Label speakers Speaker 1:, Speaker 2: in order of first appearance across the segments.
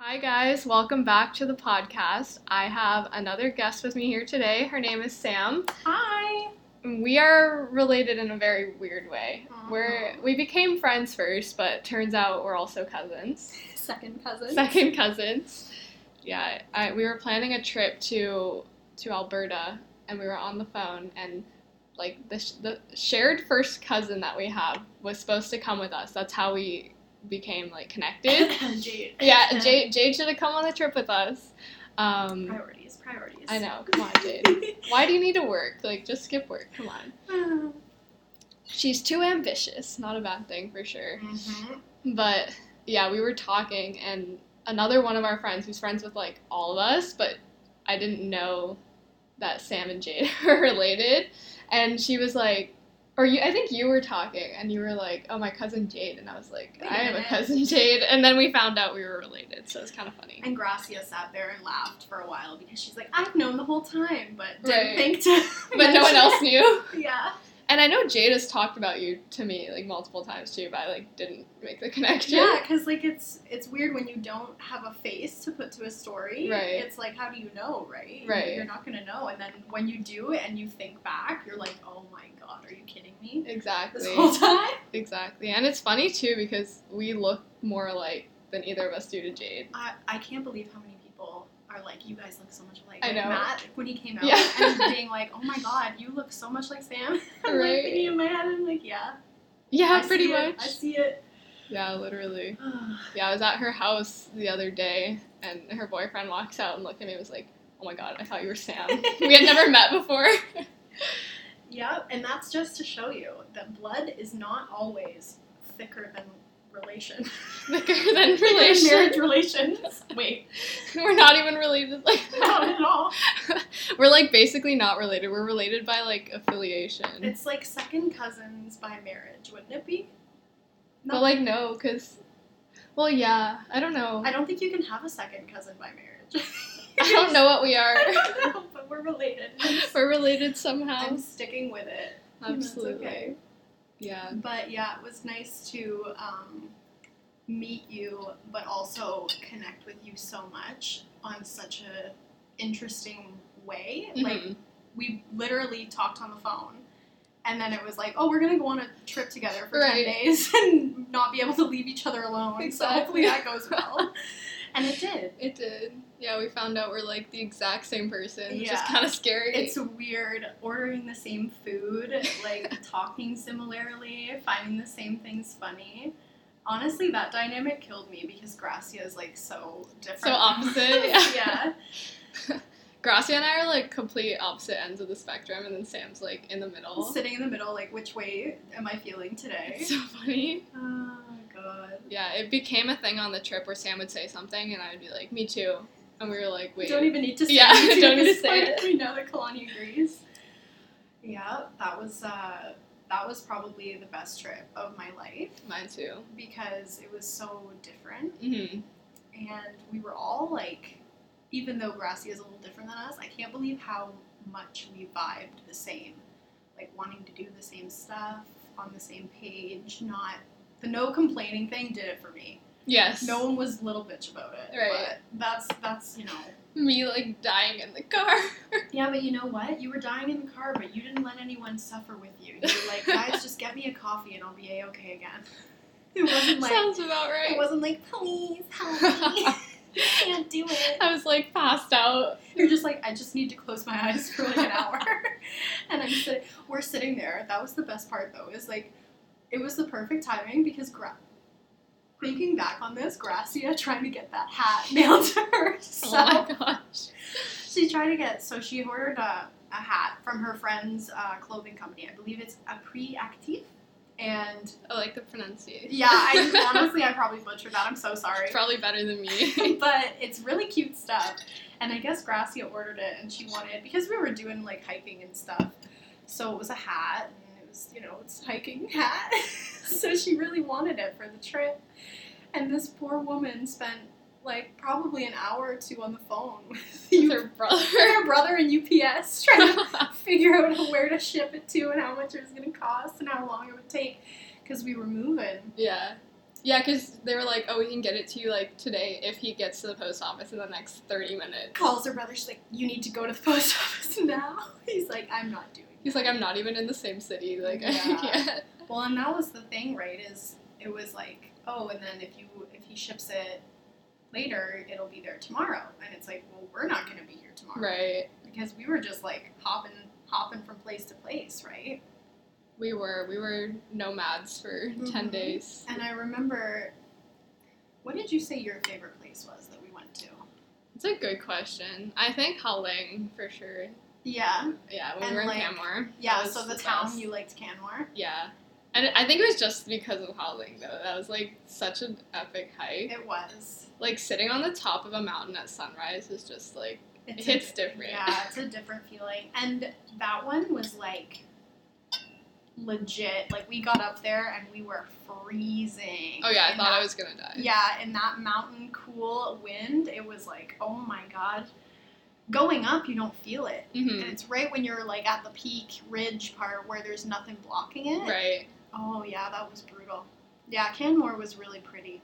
Speaker 1: Hi, guys. Welcome back to the podcast. I have another guest with me here today. Her name is Sam.
Speaker 2: Hi.
Speaker 1: We are related in a very weird way.
Speaker 2: Aw.
Speaker 1: We're, we became friends first, but turns out we're also cousins.
Speaker 2: Second cousin.
Speaker 1: Second cousins. Yeah, I, we were planning a trip to to Alberta, and we were on the phone, and like the sh- the shared first cousin that we have was supposed to come with us. That's how we became like connected.
Speaker 2: Jade.
Speaker 1: Yeah, Jade, Jade should have come on the trip with us. Um,
Speaker 2: Priorities. Priorities.
Speaker 1: I know. Come on, Jade. Why do you need to work? Like, just skip work. Come on. She's too ambitious. Not a bad thing for sure. Mm-hmm.
Speaker 2: Mhm.
Speaker 1: But yeah, we were talking, and another one of our friends who's friends with like all of us, but I didn't know that Sam and Jade are related. And she was like, or you, I think you were talking, and you were like, "Oh, my cousin Jade," and I was like,
Speaker 2: Wait a
Speaker 1: "I have a
Speaker 2: minute.
Speaker 1: cousin Jade." And then we found out we were related, so it's kind of funny.
Speaker 2: And Gracia sat there and laughed for a while because she's like, I've known the whole time, but didn't
Speaker 1: Right.
Speaker 2: think to.
Speaker 1: But no one
Speaker 2: mention
Speaker 1: else knew.
Speaker 2: it." Yeah.
Speaker 1: And I know Jade has talked about you to me like multiple times too, but I like didn't make the connection.
Speaker 2: Yeah, because like it's it's weird when you don't have a face to put to a story.
Speaker 1: Right.
Speaker 2: It's like how do you know, right? You-
Speaker 1: Right.
Speaker 2: You're not gonna know, and then when you do and you think back, you're like, oh my god, are you kidding me? This
Speaker 1: Exactly.
Speaker 2: whole time.
Speaker 1: Exactly. And it's funny too because we look more alike than either of us do to Jade.
Speaker 2: I, I can't believe how many people are like, you guys look so much alike.
Speaker 1: I
Speaker 2: Like,
Speaker 1: know.
Speaker 2: Matt, when he came out,
Speaker 1: Yeah.
Speaker 2: and being like, oh my god, you look so much like Sam. I'm
Speaker 1: Right.
Speaker 2: like thinking in my head, I'm like, yeah.
Speaker 1: Yeah,
Speaker 2: I
Speaker 1: pretty
Speaker 2: see
Speaker 1: much.
Speaker 2: It, I see it.
Speaker 1: Yeah, literally. Yeah, I was at her house the other day and her boyfriend walks out and looked at me and was like, Oh my god, I thought you were Sam. we had never met before.
Speaker 2: yeah, and that's just to show you that blood is not always thicker than relation.
Speaker 1: Thicker than
Speaker 2: Thicker than
Speaker 1: relation.
Speaker 2: marriage relations. Wait,
Speaker 1: We're not even related like
Speaker 2: not
Speaker 1: that.
Speaker 2: at all.
Speaker 1: We're like basically not related. We're related by like affiliation.
Speaker 2: It's like second cousins by marriage, wouldn't it be?
Speaker 1: But like no, because well yeah, I don't know.
Speaker 2: I don't think you can have a second cousin by marriage.
Speaker 1: I don't know what we are.
Speaker 2: I don't know, but we're related.
Speaker 1: We're related somehow.
Speaker 2: I'm sticking with it.
Speaker 1: Absolutely.
Speaker 2: That's okay.
Speaker 1: Yeah.
Speaker 2: But yeah, it was nice to um, meet you, but also connect with you so much on such a interesting way. Like
Speaker 1: Mhm.
Speaker 2: we literally talked on the phone. And then it was like, oh, we're gonna go on a trip together for
Speaker 1: Right.
Speaker 2: 10 days and not be able to leave each other alone. So hopefully
Speaker 1: Exactly.
Speaker 2: that goes well. and it did.
Speaker 1: it did. Yeah, we found out we're like the exact same person, which is
Speaker 2: Yeah.
Speaker 1: kind of scary.
Speaker 2: It's weird ordering the same food, like talking similarly, finding the same things funny. Honestly, that dynamic killed me because Gracia is like so different.
Speaker 1: so opposite. Yeah.
Speaker 2: yeah.
Speaker 1: Gracia and I are like complete opposite ends of the spectrum, and then Sam's like in the middle.
Speaker 2: Sitting in the middle, like, which way am I feeling today?
Speaker 1: It's so funny.
Speaker 2: Oh, God.
Speaker 1: Yeah, it became a thing on the trip where Sam would say something, and I would be like, "Me too," and we were like, "Wait."
Speaker 2: Don't even need to say
Speaker 1: Yeah,
Speaker 2: it.
Speaker 1: don't need to
Speaker 2: this
Speaker 1: say
Speaker 2: point.
Speaker 1: it.
Speaker 2: We know that Kalani agrees. Yeah, that was uh, that was probably the best trip of my life
Speaker 1: Mine too.
Speaker 2: because it was so different.
Speaker 1: hmm
Speaker 2: and we were all like, even though Gracia is a little different than us, I can't believe how much we vibed the same. Like wanting to do the same stuff on the same page, not the no complaining thing did it for me.
Speaker 1: Yes.
Speaker 2: No one was little bitch about it.
Speaker 1: Right.
Speaker 2: But that's that's you know.
Speaker 1: Me like dying in the car.
Speaker 2: Yeah, but you know what? You were dying in the car, but you didn't let anyone suffer with you. You were like, guys, just get me a coffee and I'll be a okay again. It wasn't like
Speaker 1: Sounds about right.
Speaker 2: it wasn't like please help me. I can't do it.
Speaker 1: I was like passed out.
Speaker 2: You're just like, I just need to close my eyes for like an hour. and I'm sit- we're sitting there. That was the best part though, is like, it was the perfect timing because gra- thinking back on this, Gracia trying to get that hat mailed to her. So
Speaker 1: oh my gosh.
Speaker 2: she tried to get, so she ordered a, a hat from her friend's uh, clothing company. I believe it's Apri Actif. And
Speaker 1: I like the pronunciation.
Speaker 2: yeah, I honestly, I probably butchered that. I'm so sorry.
Speaker 1: Probably better than me.
Speaker 2: but it's really cute stuff. And I guess Gracia ordered it and she wanted because we were doing like hiking and stuff. So it was a hat and it was, you know, it's a hiking hat. so she really wanted it for the trip. And this poor woman spent like probably an hour or two on the phone with
Speaker 1: With
Speaker 2: you
Speaker 1: her brother.
Speaker 2: her brother and UPS trying to figure out where to ship it to and how much it was gonna cost and how long it would take because we were moving.
Speaker 1: yeah. Yeah, because they were like, oh, we can get it to you like today if he gets to the post office in the next thirty minutes.
Speaker 2: Calls her brother. She's like, "You need to go to the post office now." He's like, "I'm not doing." it."
Speaker 1: He's like, I'm not even in the same city. Like,
Speaker 2: Yeah.
Speaker 1: I can't.
Speaker 2: Well, and that was the thing, right? Is it was like, oh, and then if you if he ships it later, it'll be there tomorrow, and it's like, well, we're not gonna be here tomorrow,
Speaker 1: Right.
Speaker 2: Because we were just like hopping hopping from place to place, right?
Speaker 1: We were we were nomads for ten
Speaker 2: Mhm.
Speaker 1: days.
Speaker 2: And I remember, what did you say your favorite place was that we went to?
Speaker 1: It's a good question. I think Haling for sure.
Speaker 2: Yeah,
Speaker 1: Yeah, when
Speaker 2: And,
Speaker 1: we were in
Speaker 2: like,
Speaker 1: Canmore.
Speaker 2: yeah.
Speaker 1: That was
Speaker 2: So the,
Speaker 1: the
Speaker 2: town
Speaker 1: best.
Speaker 2: you liked, Canmore.
Speaker 1: Yeah. And I think it was just because of Howling though. That was like such an epic hike.
Speaker 2: It was.
Speaker 1: Like sitting on the top of a mountain at sunrise is just like
Speaker 2: It's
Speaker 1: It
Speaker 2: a-
Speaker 1: hits different.
Speaker 2: Yeah, it's a different feeling. And that one was like legit. Like we got up there and we were freezing.
Speaker 1: oh yeah, I
Speaker 2: In
Speaker 1: thought I
Speaker 2: that,
Speaker 1: was gonna die.
Speaker 2: Yeah, in that mountain cool wind, it was like, oh my god. Going up, you don't feel it. And
Speaker 1: hmm
Speaker 2: it's right when you're like at the peak ridge part where there's nothing blocking it.
Speaker 1: Right.
Speaker 2: Oh yeah, that was brutal. Yeah, Canmore was really pretty.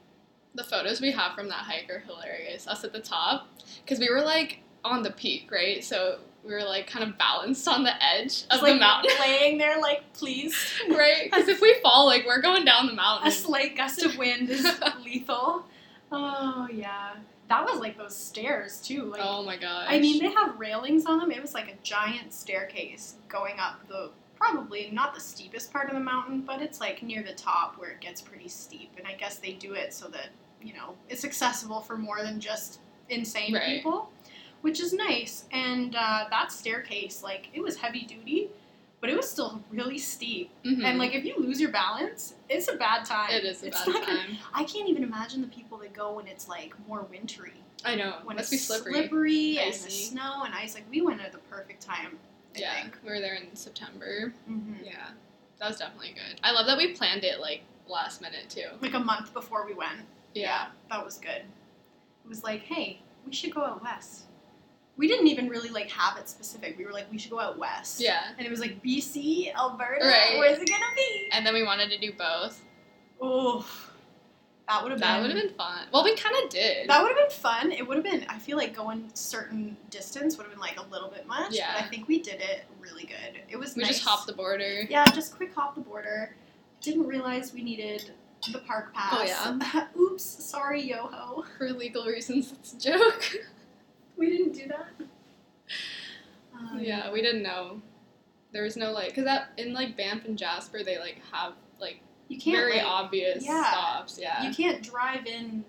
Speaker 1: The photos we have from that hike are hilarious. Us at the top, because we were like on the peak, right? So we were like kind of balanced on the edge of
Speaker 2: Just, like
Speaker 1: the mountain,
Speaker 2: laying there like please
Speaker 1: right? Because if we fall, like we're going down the
Speaker 2: A
Speaker 1: mountain.
Speaker 2: slight gust of wind is lethal. Oh yeah, that was like those stairs too. Like
Speaker 1: oh my gosh.
Speaker 2: I mean, they have railings on them. It was like a giant staircase going up the probably not the steepest part of the mountain, but it's like near the top where it gets pretty steep. And I guess they do it so that you know it's accessible for more than just insane
Speaker 1: Right.
Speaker 2: people, which is nice. And uh, that staircase, like it was heavy duty. But it was still really steep,
Speaker 1: Mhm.
Speaker 2: and like if you lose your balance, it's a bad time.
Speaker 1: it is a
Speaker 2: it's
Speaker 1: bad
Speaker 2: not gonna-
Speaker 1: time.
Speaker 2: I can't even imagine the people that go when it's like more wintry.
Speaker 1: I know.
Speaker 2: When
Speaker 1: Must be
Speaker 2: it's
Speaker 1: slippery.
Speaker 2: and the
Speaker 1: Icy.
Speaker 2: snow and ice. Like we went at the perfect time. I
Speaker 1: Yeah,
Speaker 2: Think.
Speaker 1: we were there in September.
Speaker 2: Mhm.
Speaker 1: Yeah, that was definitely good. I love that we planned it like last minute too.
Speaker 2: Like a month before we went.
Speaker 1: Yeah,
Speaker 2: That was good. It was like, hey, we should go out west. We didn't even really like have it specific. We were like, we should go out west.
Speaker 1: yeah.
Speaker 2: And it was like BC, Alberta.
Speaker 1: Right.
Speaker 2: Where's it gonna be?
Speaker 1: And then we wanted to do both.
Speaker 2: Oh, that would have
Speaker 1: That would have been fun. Well, we kind of did.
Speaker 2: That would have been fun. It would have been. I feel like going certain distance would have been like a little bit much.
Speaker 1: Yeah.
Speaker 2: But I think we did it really good. It was.
Speaker 1: we
Speaker 2: nice.
Speaker 1: just hopped the border.
Speaker 2: Yeah, just quick hop the border. Didn't realize we needed the park pass.
Speaker 1: Oh, yeah.
Speaker 2: Oops, sorry, yoho.
Speaker 1: For legal reasons, it's a joke.
Speaker 2: We didn't do that. Um,
Speaker 1: Oh, yeah, we didn't know. There was no like, cause that in like Banff and Jasper, they like have like
Speaker 2: You can't.
Speaker 1: very
Speaker 2: like,
Speaker 1: obvious
Speaker 2: yeah.
Speaker 1: stops. Yeah.
Speaker 2: You can't drive in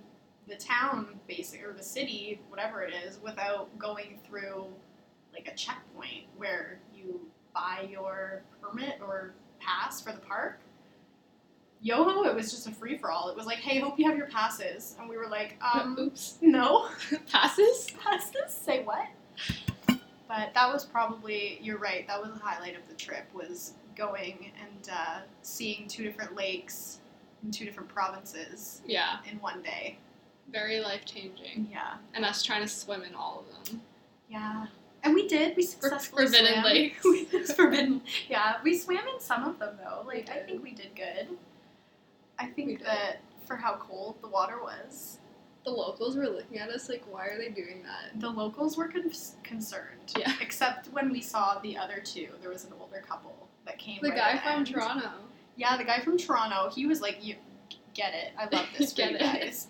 Speaker 2: the town, basic or the city, whatever it is, without going through like a checkpoint where you buy your permit or pass for the park. Yoho, it was just a free for all. It was like, hey, hope you have your passes, and we were like, um,
Speaker 1: Oops.
Speaker 2: no.
Speaker 1: Passes.
Speaker 2: passes say what but that was probably you're right that was the highlight of the trip was going and uh, seeing two different lakes in two different provinces
Speaker 1: Yeah.
Speaker 2: in one day
Speaker 1: Very life changing.
Speaker 2: yeah
Speaker 1: And us trying to swim in all of them.
Speaker 2: yeah and we did we successfully
Speaker 1: forbidden
Speaker 2: swam.
Speaker 1: lakes.
Speaker 2: it's forbidden yeah we swam in some of them though
Speaker 1: We
Speaker 2: like i
Speaker 1: did.
Speaker 2: think we did good i
Speaker 1: We
Speaker 2: think
Speaker 1: did.
Speaker 2: that for how cold the water was
Speaker 1: The locals were looking at us like, why are they doing that?
Speaker 2: The locals were con- concerned.
Speaker 1: Yeah.
Speaker 2: Except when we saw the other two, there was an older couple that came.
Speaker 1: The
Speaker 2: right
Speaker 1: guy
Speaker 2: at the
Speaker 1: from
Speaker 2: end.
Speaker 1: Toronto.
Speaker 2: Yeah, the guy from Toronto. He was like, "You get it. I love this for
Speaker 1: Get
Speaker 2: you
Speaker 1: it.
Speaker 2: guys."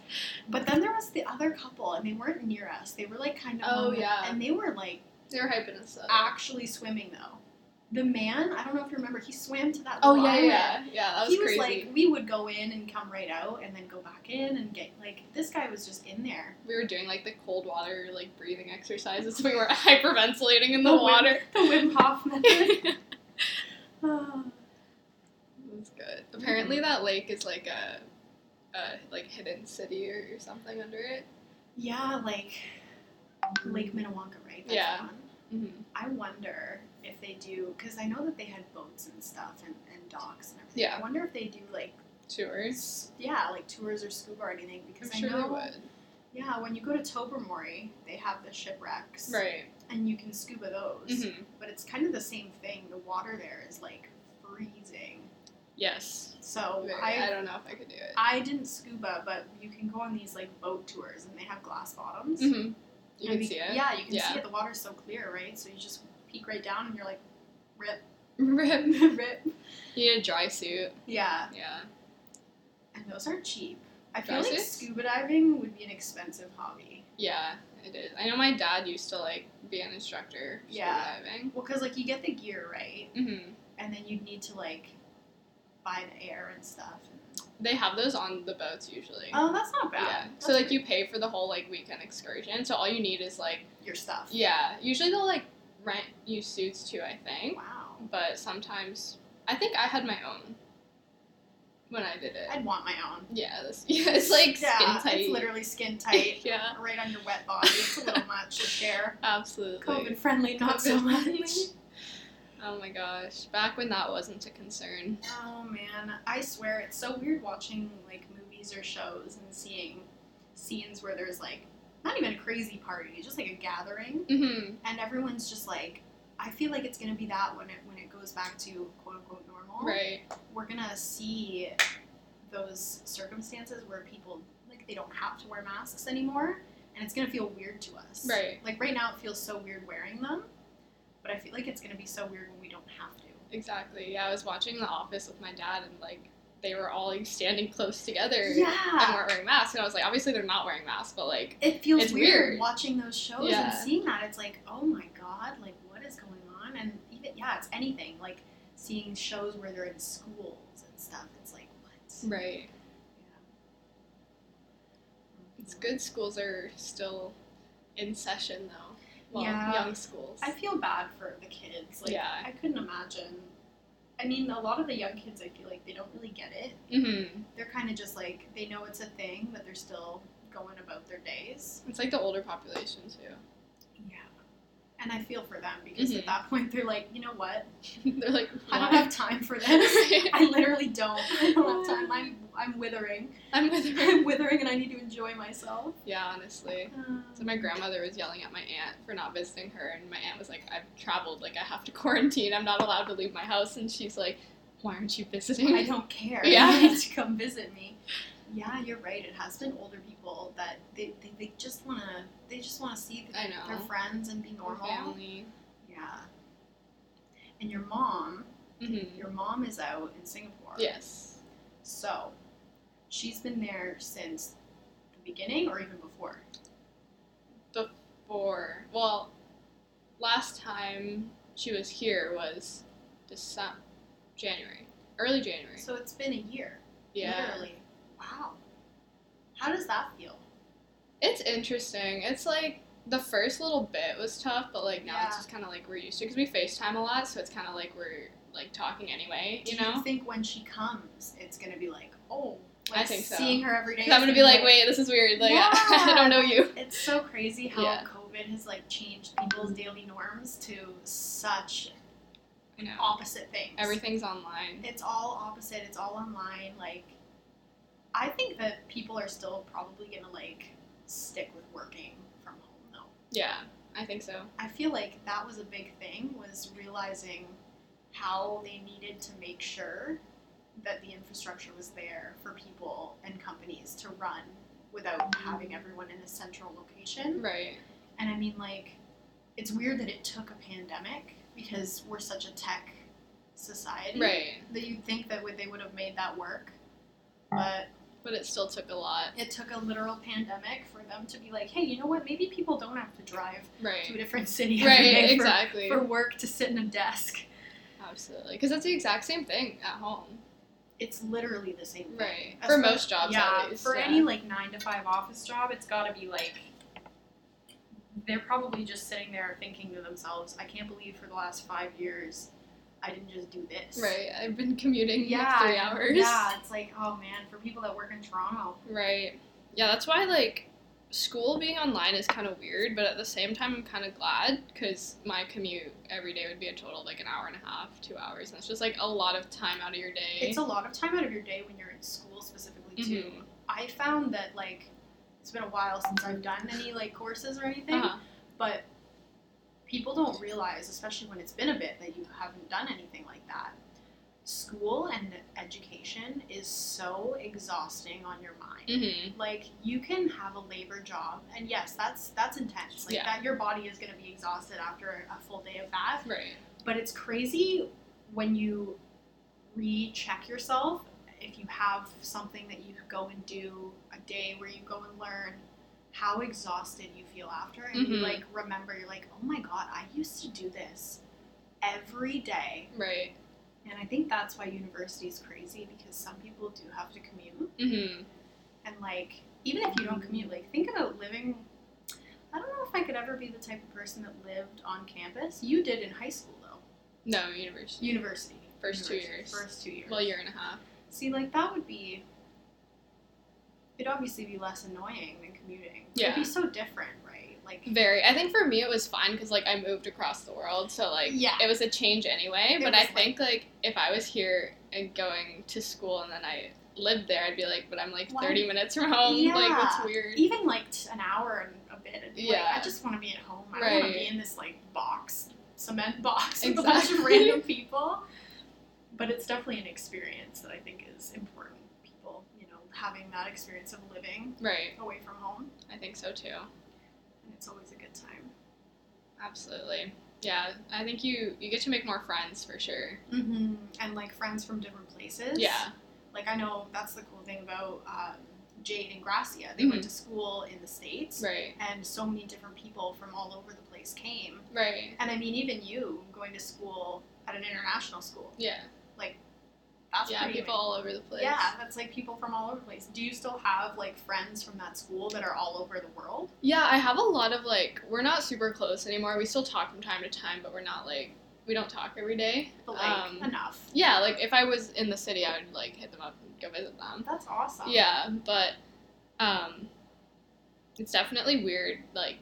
Speaker 2: But then there was the other couple, and they weren't near us. They were like kind of.
Speaker 1: Oh,
Speaker 2: on the-
Speaker 1: yeah.
Speaker 2: And they were like
Speaker 1: They were hyping us up.
Speaker 2: actually swimming though. The man, I don't know if you remember, he swam to that.
Speaker 1: oh
Speaker 2: little
Speaker 1: yeah,
Speaker 2: island.
Speaker 1: yeah, yeah. That was
Speaker 2: he was
Speaker 1: crazy.
Speaker 2: like, we would go in and come right out, and then go back in and get like this guy was just in there.
Speaker 1: we were doing like the cold water like breathing exercises. We were hyperventilating in the
Speaker 2: The wind-
Speaker 1: water.
Speaker 2: The Wim Hof method.
Speaker 1: it
Speaker 2: Oh.
Speaker 1: was good. Apparently, that lake is like a, a like hidden city or, or something under it.
Speaker 2: Yeah, like Lake Minnewanka, right?
Speaker 1: Yeah.
Speaker 2: the one.
Speaker 1: Mm-hmm.
Speaker 2: I wonder if they do, because I know that they had boats and stuff and, and docks and everything.
Speaker 1: Yeah.
Speaker 2: I wonder if they do like,
Speaker 1: Tours.
Speaker 2: s- yeah, like tours or scuba or anything, because
Speaker 1: I'm
Speaker 2: I
Speaker 1: sure
Speaker 2: know,
Speaker 1: they would.
Speaker 2: yeah, when you go to Tobermory, they have the shipwrecks.
Speaker 1: Right.
Speaker 2: And you can scuba those.
Speaker 1: hmm
Speaker 2: But it's kind of the same thing. The water there is like freezing.
Speaker 1: Yes.
Speaker 2: So
Speaker 1: Maybe. Oh, I,
Speaker 2: I
Speaker 1: don't know if I could do it.
Speaker 2: I didn't scuba, but you can go on these like boat tours and they have glass bottoms.
Speaker 1: Mm-hmm. You
Speaker 2: And
Speaker 1: can see it.
Speaker 2: Yeah, you can
Speaker 1: Yeah.
Speaker 2: see it. The water's so clear, right? So you just peek right down and you're like, rip,
Speaker 1: Rip.
Speaker 2: rip.
Speaker 1: You need a dry suit.
Speaker 2: Yeah,
Speaker 1: Yeah.
Speaker 2: and those are cheap. I feel
Speaker 1: Dry
Speaker 2: like
Speaker 1: suits?
Speaker 2: scuba diving would be an expensive hobby.
Speaker 1: Yeah, it is. I know my dad used to like be an instructor for
Speaker 2: Yeah.
Speaker 1: diving.
Speaker 2: Well, because like you get the gear right,
Speaker 1: Mm-hmm.
Speaker 2: and then you'd need to like buy the air and stuff.
Speaker 1: They have those on the boats usually.
Speaker 2: Oh, that's not bad.
Speaker 1: Yeah. So
Speaker 2: That's
Speaker 1: like you pay for the whole like weekend excursion. So all you need is like
Speaker 2: pretty- your stuff.
Speaker 1: yeah. Usually they'll like rent you suits too. I think.
Speaker 2: Wow.
Speaker 1: But sometimes I think I had my own when I did it.
Speaker 2: I'd want my own.
Speaker 1: yeah. This, yeah. It's like
Speaker 2: yeah,
Speaker 1: skin tight.
Speaker 2: It's literally skin tight,
Speaker 1: yeah.
Speaker 2: right on your wet body. It's a little much. to share.
Speaker 1: Absolutely.
Speaker 2: COVID friendly, not so
Speaker 1: COVID
Speaker 2: much.
Speaker 1: friendly. Oh my gosh. Back when that wasn't a concern.
Speaker 2: Oh man, I swear it's so weird watching like movies or shows and seeing scenes where there's like not even a crazy party, just like a gathering,
Speaker 1: Mm-hmm.
Speaker 2: and everyone's just like, I feel like it's gonna be that when it when it goes back to quote unquote normal.
Speaker 1: Right.
Speaker 2: We're gonna see those circumstances where people like they don't have to wear masks anymore, and it's gonna feel weird to us.
Speaker 1: Right.
Speaker 2: Like right now, it feels so weird wearing them, but I feel like it's gonna be so weird when we don't have to.
Speaker 1: Exactly. Yeah, I was watching The Office with my dad, and like they were all like standing close together and
Speaker 2: Yeah.
Speaker 1: weren't wearing masks. And I was like, obviously they're not wearing masks, but like,
Speaker 2: it feels
Speaker 1: It's
Speaker 2: weird,
Speaker 1: weird.
Speaker 2: watching those shows and
Speaker 1: Yeah.
Speaker 2: seeing that. It's like, oh my god, like what is going on? And even yeah, it's anything like seeing shows where they're in schools and stuff. It's like what?
Speaker 1: right? It's good schools are still in session though. Well,
Speaker 2: Yeah.
Speaker 1: young schools.
Speaker 2: I feel bad for the kids. Like
Speaker 1: Yeah.
Speaker 2: I couldn't imagine. I mean, a lot of the young kids, I feel like they don't really get it.
Speaker 1: mm-hmm.
Speaker 2: They're kind of just like they know it's a thing, but they're still going about their days.
Speaker 1: It's like the older population too.
Speaker 2: Yeah. And I feel for them because at
Speaker 1: Mhm.
Speaker 2: that point they're like, you know what?
Speaker 1: they're like,
Speaker 2: I
Speaker 1: "What?"
Speaker 2: don't have time for this. I literally don't. I don't have time. I'm, I'm withering.
Speaker 1: I'm with her.
Speaker 2: I'm withering and I need to enjoy myself. Um,
Speaker 1: Yeah, honestly. So my grandmother was yelling at my aunt for not visiting her, and my aunt was like, "I've traveled, like I have to quarantine. I'm not allowed to leave my house." And she's like, "Why aren't you visiting?"
Speaker 2: I don't care.
Speaker 1: Yeah.
Speaker 2: You need to come visit me. Yeah, you're right. It has been older people that they, they, they just want to they just want to see
Speaker 1: I
Speaker 2: their,
Speaker 1: know.
Speaker 2: their friends and be
Speaker 1: Uh-huh.
Speaker 2: normal.
Speaker 1: Family.
Speaker 2: Yeah. And your mom,
Speaker 1: Mm-hmm.
Speaker 2: your mom is out in Singapore.
Speaker 1: Yes.
Speaker 2: So, she's been there since the beginning or even before.
Speaker 1: Or well, last time she was here was December, January, early January.
Speaker 2: So it's been a year.
Speaker 1: yeah.
Speaker 2: Literally. Wow. How does that feel?
Speaker 1: It's interesting. It's like the first little bit was tough, but like now it's
Speaker 2: Yeah.
Speaker 1: just kind of like we're used to because we FaceTime a lot, so it's kind of like we're like talking anyway, you
Speaker 2: Do
Speaker 1: know.
Speaker 2: you think when she comes, it's gonna be like, oh, like
Speaker 1: I think so.
Speaker 2: seeing her every day?
Speaker 1: Because I'm gonna
Speaker 2: is
Speaker 1: be like, wait, this is weird. Like,
Speaker 2: Yeah.
Speaker 1: I don't know you.
Speaker 2: It's so crazy how
Speaker 1: Yeah.
Speaker 2: COVID has like changed people's daily norms to such
Speaker 1: I know.
Speaker 2: opposite things.
Speaker 1: Everything's online.
Speaker 2: It's all opposite. It's all online. Like, I think that people are still probably gonna like stick with working from home though.
Speaker 1: Yeah, I think so.
Speaker 2: I feel like that was a big thing was realizing how they needed to make sure that the infrastructure was there for people and companies to run without having everyone in a central location.
Speaker 1: Right.
Speaker 2: And I mean like it's weird that it took a pandemic because we're such a tech society
Speaker 1: Right.
Speaker 2: that you'd think that would- they would have made that work. But
Speaker 1: But it still took a lot.
Speaker 2: it took a literal pandemic for them to be like, hey, you know what? Maybe people don't have to drive to a
Speaker 1: Right.
Speaker 2: different city every
Speaker 1: Right.
Speaker 2: day for
Speaker 1: Exactly.
Speaker 2: for work to sit in a desk.
Speaker 1: Absolutely. Because it's the exact same thing at home.
Speaker 2: It's literally the same thing.
Speaker 1: Right.
Speaker 2: As
Speaker 1: For
Speaker 2: for-
Speaker 1: most jobs,
Speaker 2: yeah,
Speaker 1: at least.
Speaker 2: for
Speaker 1: yeah.
Speaker 2: any like nine to five office job, it's got to be like they're probably just sitting there thinking to themselves, "I can't believe for the last five years, I didn't just do this."
Speaker 1: Right. I've been commuting
Speaker 2: Yeah.
Speaker 1: like three hours.
Speaker 2: Yeah, it's like, oh man, for people that work in Toronto,
Speaker 1: Right. Yeah, that's why like school being online is kind of weird, but at the same time I'm kind of glad cuz my commute every day would be a total of like an hour and a half, 2 hours, and it's just like a lot of time out of your day.
Speaker 2: it's a lot of time out of your day when you're in school specifically too.
Speaker 1: Mhm.
Speaker 2: I found that like it's been a while since I've done any like courses or anything,
Speaker 1: Uh-huh.
Speaker 2: but people don't realize, especially when it's been a bit, that you haven't done anything like that. school and education is so exhausting on your mind.
Speaker 1: Mm-hmm.
Speaker 2: Like you can have a labor job, and yes, that's that's intense. Like
Speaker 1: Yeah.
Speaker 2: that, your body is going to be exhausted after a full day of that.
Speaker 1: Right.
Speaker 2: But it's crazy when you recheck yourself if you have something that you go and do a day where you go and learn how exhausted you feel after and you
Speaker 1: Mhm.
Speaker 2: like remember you're like oh my god i used to do this every day
Speaker 1: Right.
Speaker 2: and i think that's why university is crazy because some people do have to commute
Speaker 1: Mm-hmm.
Speaker 2: and like even if you don't commute like think about living i don't know if i could ever be the type of person that lived on campus you did in high school though
Speaker 1: No, university.
Speaker 2: University.
Speaker 1: First two
Speaker 2: University.
Speaker 1: years.
Speaker 2: First two years.
Speaker 1: Well, year and a half.
Speaker 2: See, like that would be. It'd obviously be less annoying than commuting.
Speaker 1: Yeah. Mm-hmm.
Speaker 2: It'd be so different, right? Like.
Speaker 1: Very. I think for me it was fun because like I moved across the world, so like
Speaker 2: Yeah.
Speaker 1: it was a change anyway.
Speaker 2: It
Speaker 1: But
Speaker 2: was,
Speaker 1: I think like if I was here and going to school and then I lived there, I'd be like, but I'm like
Speaker 2: Why-
Speaker 1: 30 minutes from home. Like
Speaker 2: Yeah. E
Speaker 1: that's weird.
Speaker 2: Even like t- an hour and a bit. I'd be like,
Speaker 1: Yeah.
Speaker 2: I just want to be at home. I don't want
Speaker 1: Right.
Speaker 2: to be in this like box, cement box with a bunch of
Speaker 1: Exactly.
Speaker 2: random people. But it's definitely an experience that I think is important. to People, you know, having that experience of living
Speaker 1: Right.
Speaker 2: away from home,
Speaker 1: I think so too.
Speaker 2: and it's always a good time.
Speaker 1: Absolutely. Yeah. I think you you get to make more friends for sure.
Speaker 2: Mm-hmm. And like friends from different places.
Speaker 1: Yeah.
Speaker 2: Like I know that's the cool thing about um, Jade and Gracia. They went to school in the states,
Speaker 1: Mm-hmm. Right.
Speaker 2: and so many different people from all over the place came.
Speaker 1: Right.
Speaker 2: And I mean, even you going to school at an international school.
Speaker 1: Yeah.
Speaker 2: That's
Speaker 1: yeah.
Speaker 2: pretty
Speaker 1: People
Speaker 2: amazing.
Speaker 1: all over the place.
Speaker 2: Yeah, that's like people from all over the place. Do you still have like friends from that school that are all over the world?
Speaker 1: Yeah, I have a lot of like we're not super close anymore. We still talk from time to time, but we're not like we don't talk every day.
Speaker 2: But like
Speaker 1: Um,
Speaker 2: enough.
Speaker 1: Yeah, like if I was in the city, I would like hit them up and go visit them.
Speaker 2: That's awesome.
Speaker 1: Yeah, but um it's definitely weird like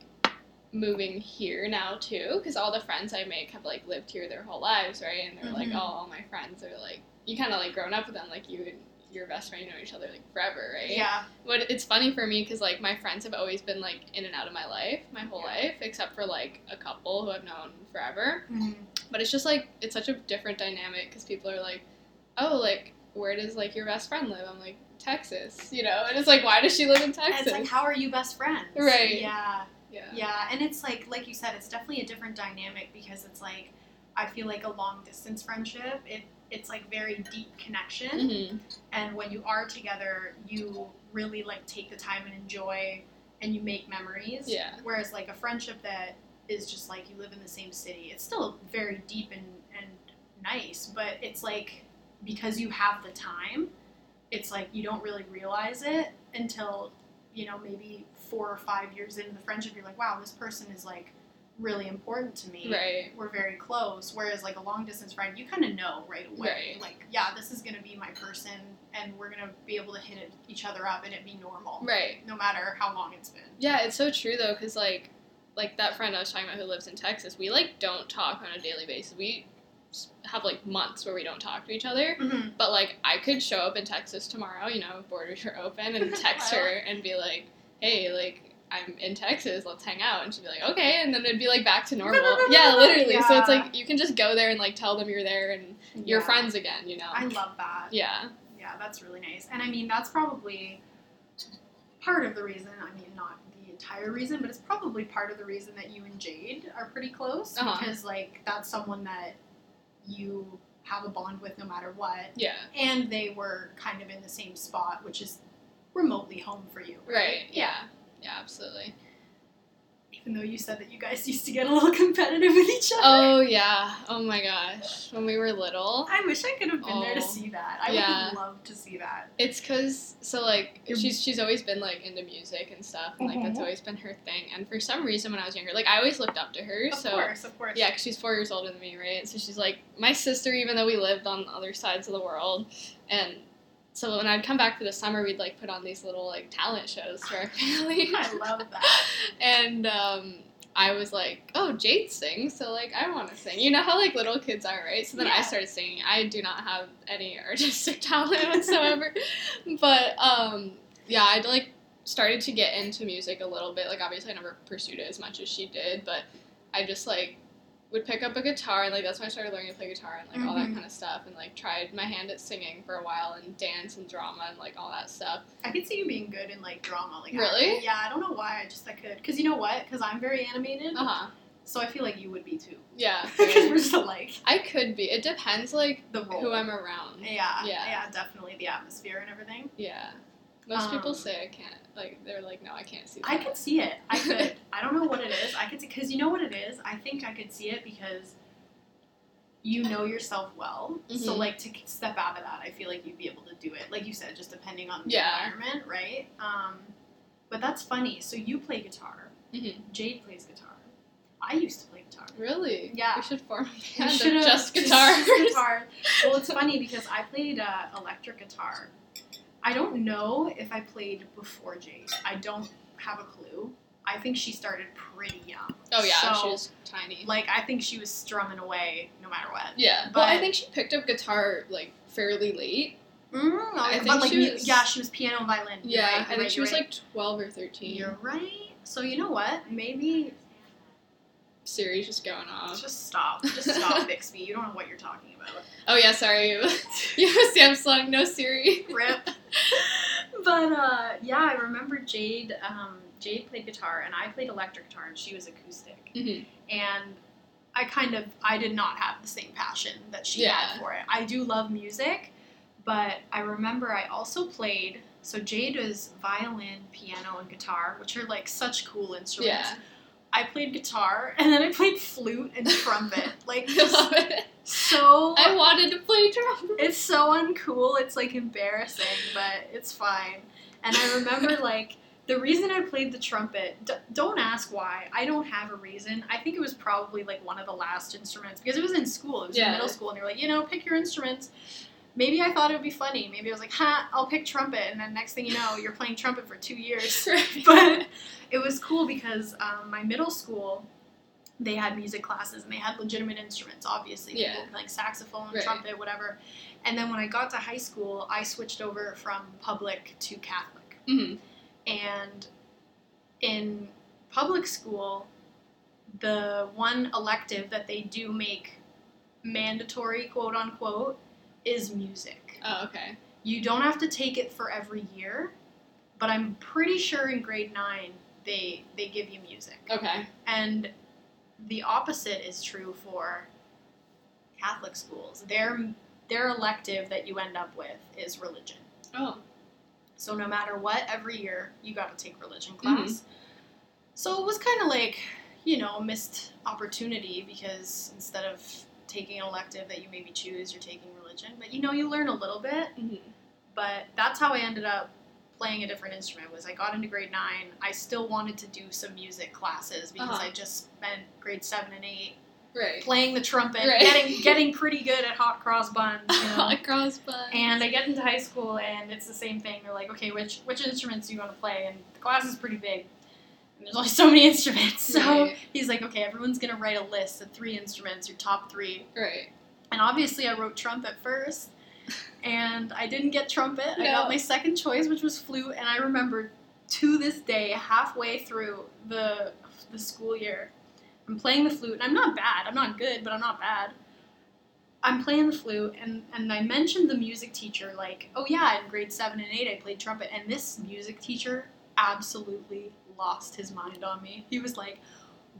Speaker 1: moving here now too cuz all the friends I make have like lived here their whole lives, right? And they're like
Speaker 2: Mhm.
Speaker 1: oh, all my friends are like you kind of like grown up with them like you and your best friend you know each other like forever, right?
Speaker 2: Yeah.
Speaker 1: But it's funny for me because like my friends have always been like in and out of my life, my whole life, except for like a couple who I've known forever.
Speaker 2: Mhm.
Speaker 1: But it's just like it's such a different dynamic because people are like, oh, like where does like your best friend live? I'm like Texas, you know, and it's like why does she live in
Speaker 2: And
Speaker 1: Texas?
Speaker 2: it's like, how are you best friends?
Speaker 1: Right.
Speaker 2: Yeah.
Speaker 1: yeah.
Speaker 2: Yeah, and it's like like you said, it's definitely a different dynamic because it's like I feel like a long distance friendship. It it's like very deep connection,
Speaker 1: hmm
Speaker 2: and when you are together, you really like take the time and enjoy, and you make memories.
Speaker 1: Yeah.
Speaker 2: Whereas like a friendship that is just like you live in the same city, it's still very deep and and nice, but it's like because you have the time, it's like you don't really realize it until you know maybe four or five years into the friendship you're like wow this person is like really important to me
Speaker 1: Right.
Speaker 2: we're very close whereas like a long distance friend you kind of know right away
Speaker 1: Right.
Speaker 2: like yeah this is gonna be my person and we're gonna be able to hit it, each other up and it be normal
Speaker 1: Right.
Speaker 2: no matter how long it's been
Speaker 1: Yeah, it's so true though, because like, like that friend I was talking about who lives in Texas, we like don't talk on a daily basis. We s- have like months where we don't talk to each other.
Speaker 2: Mhm.
Speaker 1: But like, I could show up in Texas tomorrow, you know, if borders are open, and text her and be like, "Hey, like." I'm in Texas. Let's hang out, and she'd be like, "Okay," and then it'd be like back to normal. yeah, literally. So it's
Speaker 2: Yeah.
Speaker 1: like you can just go there and like tell them you're there and you're
Speaker 2: Mm-hmm. Yeah.
Speaker 1: friends again. You know?
Speaker 2: i love that
Speaker 1: yeah.
Speaker 2: Yeah, that's really nice. And I mean, that's probably part of the reason. I mean, not the entire reason, but it's probably part of the reason that you and Jade are pretty close
Speaker 1: Uh-huh.
Speaker 2: because, like, that's someone that you have a bond with no matter what.
Speaker 1: Yeah.
Speaker 2: And they were kind of in the same spot, which is remotely home for you.
Speaker 1: Right. Yeah. Yeah. Absolutely.
Speaker 2: Even though you said that you guys used to get a little competitive with each other.
Speaker 1: Oh yeah. Oh my gosh. When we were little,
Speaker 2: I wish I could have been there to
Speaker 1: Oh.
Speaker 2: see that. I
Speaker 1: Yeah.
Speaker 2: would love to see that.
Speaker 1: It's cause so like
Speaker 2: Your-
Speaker 1: she's she's always been like into music and stuff, and like that's
Speaker 2: Mhm.
Speaker 1: always been her thing. And for some reason, when I was younger, like I always looked up to her.
Speaker 2: Of
Speaker 1: so
Speaker 2: course, of course.
Speaker 1: yeah, 'cause she's four years older than me, right? So she's like my sister, even though we lived on other sides of the world. And so when I'd come back for the summer, we'd like put on these little like talent shows for our family,
Speaker 2: I love that.
Speaker 1: and um. I was like, oh, Jade sings, so like I want to sing. You know how like little kids are, right? So then
Speaker 2: Yeah.
Speaker 1: I started singing. I do not have any artistic talent whatsoever, but um, yeah, I like started to get into music a little bit. Like obviously, I never pursued it as much as she did, but I just like would pick up a guitar and like that's when I started learning to play guitar and like all that
Speaker 2: Mhm.
Speaker 1: kind of stuff and like tried my hand at singing for a while and dance and drama and like all that stuff.
Speaker 2: I could see you being good in like drama, like
Speaker 1: Really?
Speaker 2: acting. Yeah, I don't know why. I just I could, cause you know what? Cause I'm very animated,
Speaker 1: Uh huh.
Speaker 2: so I feel like you would be too.
Speaker 1: Yeah.
Speaker 2: Because we're just alike.
Speaker 1: I could be. It depends like
Speaker 2: The role.
Speaker 1: who I'm around.
Speaker 2: Yeah, yeah,
Speaker 1: Yeah.
Speaker 2: definitely the atmosphere and everything.
Speaker 1: Yeah. Most people
Speaker 2: Um,
Speaker 1: say I can't. Like they're like, no, I can't see. That.
Speaker 2: I could see it. I could. I don't know what it is. I could see because you know what it is. I think I could see it because you know yourself well. So
Speaker 1: Mhm.
Speaker 2: like to k- step out of that, I feel like you'd be able to do it. Like you said, just depending on the
Speaker 1: Yeah.
Speaker 2: environment, right? Um, but that's funny. So you play guitar.
Speaker 1: Mhm.
Speaker 2: Jade plays guitar. I used to play guitar.
Speaker 1: Really?
Speaker 2: Yeah.
Speaker 1: We should form a
Speaker 2: We
Speaker 1: band of
Speaker 2: should've
Speaker 1: just guitars.
Speaker 2: guitar. Well, it's funny because I played uh, electric guitar. I don't know if I played before Jade. I don't have a clue. I think she started pretty young.
Speaker 1: Oh yeah,
Speaker 2: So-
Speaker 1: she's tiny.
Speaker 2: Like I think she was strumming away no matter what.
Speaker 1: yeah. well, I
Speaker 2: but-
Speaker 1: think she picked up guitar like fairly late.
Speaker 2: Mm,
Speaker 1: I
Speaker 2: like-
Speaker 1: think
Speaker 2: but like
Speaker 1: she
Speaker 2: mu-
Speaker 1: was-
Speaker 2: yeah, she was piano and violin. You're
Speaker 1: Yeah,
Speaker 2: right,
Speaker 1: I
Speaker 2: you're
Speaker 1: think
Speaker 2: right,
Speaker 1: she
Speaker 2: you're
Speaker 1: was
Speaker 2: right.
Speaker 1: like twelve or thirteen.
Speaker 2: You're right. So you know what? Maybe
Speaker 1: Siri's just going off.
Speaker 2: just stop. Just stop, Bixby. You don't know what you're talking about.
Speaker 1: Oh yeah, sorry. you have Samsung, no Siri.
Speaker 2: Rip. but uh, yeah, I remember Jade. Um, Jade played guitar, and I played electric guitar, and she was acoustic.
Speaker 1: Mhm.
Speaker 2: And I kind of, I did not have the same passion that she
Speaker 1: Yeah.
Speaker 2: had for it. I do love music, but I remember I also played. So Jade was violin, piano, and guitar, which are like such cool instruments.
Speaker 1: Yeah.
Speaker 2: I played guitar, and then I played flute and trumpet. like
Speaker 1: I love
Speaker 2: just
Speaker 1: it.
Speaker 2: so
Speaker 1: I wanted to play trumpet.
Speaker 2: it's so uncool. It's like embarrassing, but it's fine. And I remember like the reason I played the trumpet. D- don't ask why. I don't have a reason. I think it was probably like one of the last instruments because it was in school. It was in
Speaker 1: Yeah.
Speaker 2: middle school, and they were like, you know, pick your instruments. Maybe I thought it would be funny. Maybe I was like, huh, I'll pick trumpet. And then next thing you know, you're playing trumpet for two years but it was cool because um, my middle school they had music classes and they had legitimate instruments obviously
Speaker 1: Yeah.
Speaker 2: people, like saxophone
Speaker 1: Right.
Speaker 2: trumpet whatever and then when i got to high school i switched over from public to catholic
Speaker 1: hmm
Speaker 2: and in public school the one elective that they do make mandatory quote unquote is music
Speaker 1: Oh okay.
Speaker 2: you don't have to take it for every year, but I'm pretty sure in grade nine they they give you music.
Speaker 1: Okay.
Speaker 2: And the opposite is true for Catholic schools. Their their elective that you end up with is religion.
Speaker 1: Oh.
Speaker 2: So no matter what, every year you got to take religion class. So it was kind of like, you know, a missed opportunity because instead of taking an elective that you maybe choose, you're taking religion. But you know, you learn a little bit
Speaker 1: hmm
Speaker 2: but that's how I ended up playing a different instrument was I got into grade 9 I still wanted to do some music classes because
Speaker 1: Uh-huh.
Speaker 2: I just spent grade 7 and 8
Speaker 1: Right.
Speaker 2: playing the trumpet
Speaker 1: Right.
Speaker 2: getting getting pretty good at hot cross buns you know?
Speaker 1: Cross buns.
Speaker 2: um, and I get into high school and it's the same thing they're like okay which which instruments do you want to play and the class is pretty big and there's only so many instruments so
Speaker 1: Right.
Speaker 2: he's like okay everyone's gonna write a list of three instruments your top three
Speaker 1: Right.
Speaker 2: and obviously, I wrote trumpet first, and I didn't get trumpet. I got
Speaker 1: No.
Speaker 2: my second choice, which was flute. And I remember to this day, halfway through the the school year, I'm playing the flute, and I'm not bad. I'm not good, but I'm not bad. I'm playing the flute, and, and I mentioned the music teacher, like, oh yeah, in grade seven and eight, I played trumpet. And this music teacher absolutely lost his mind on me. He was like,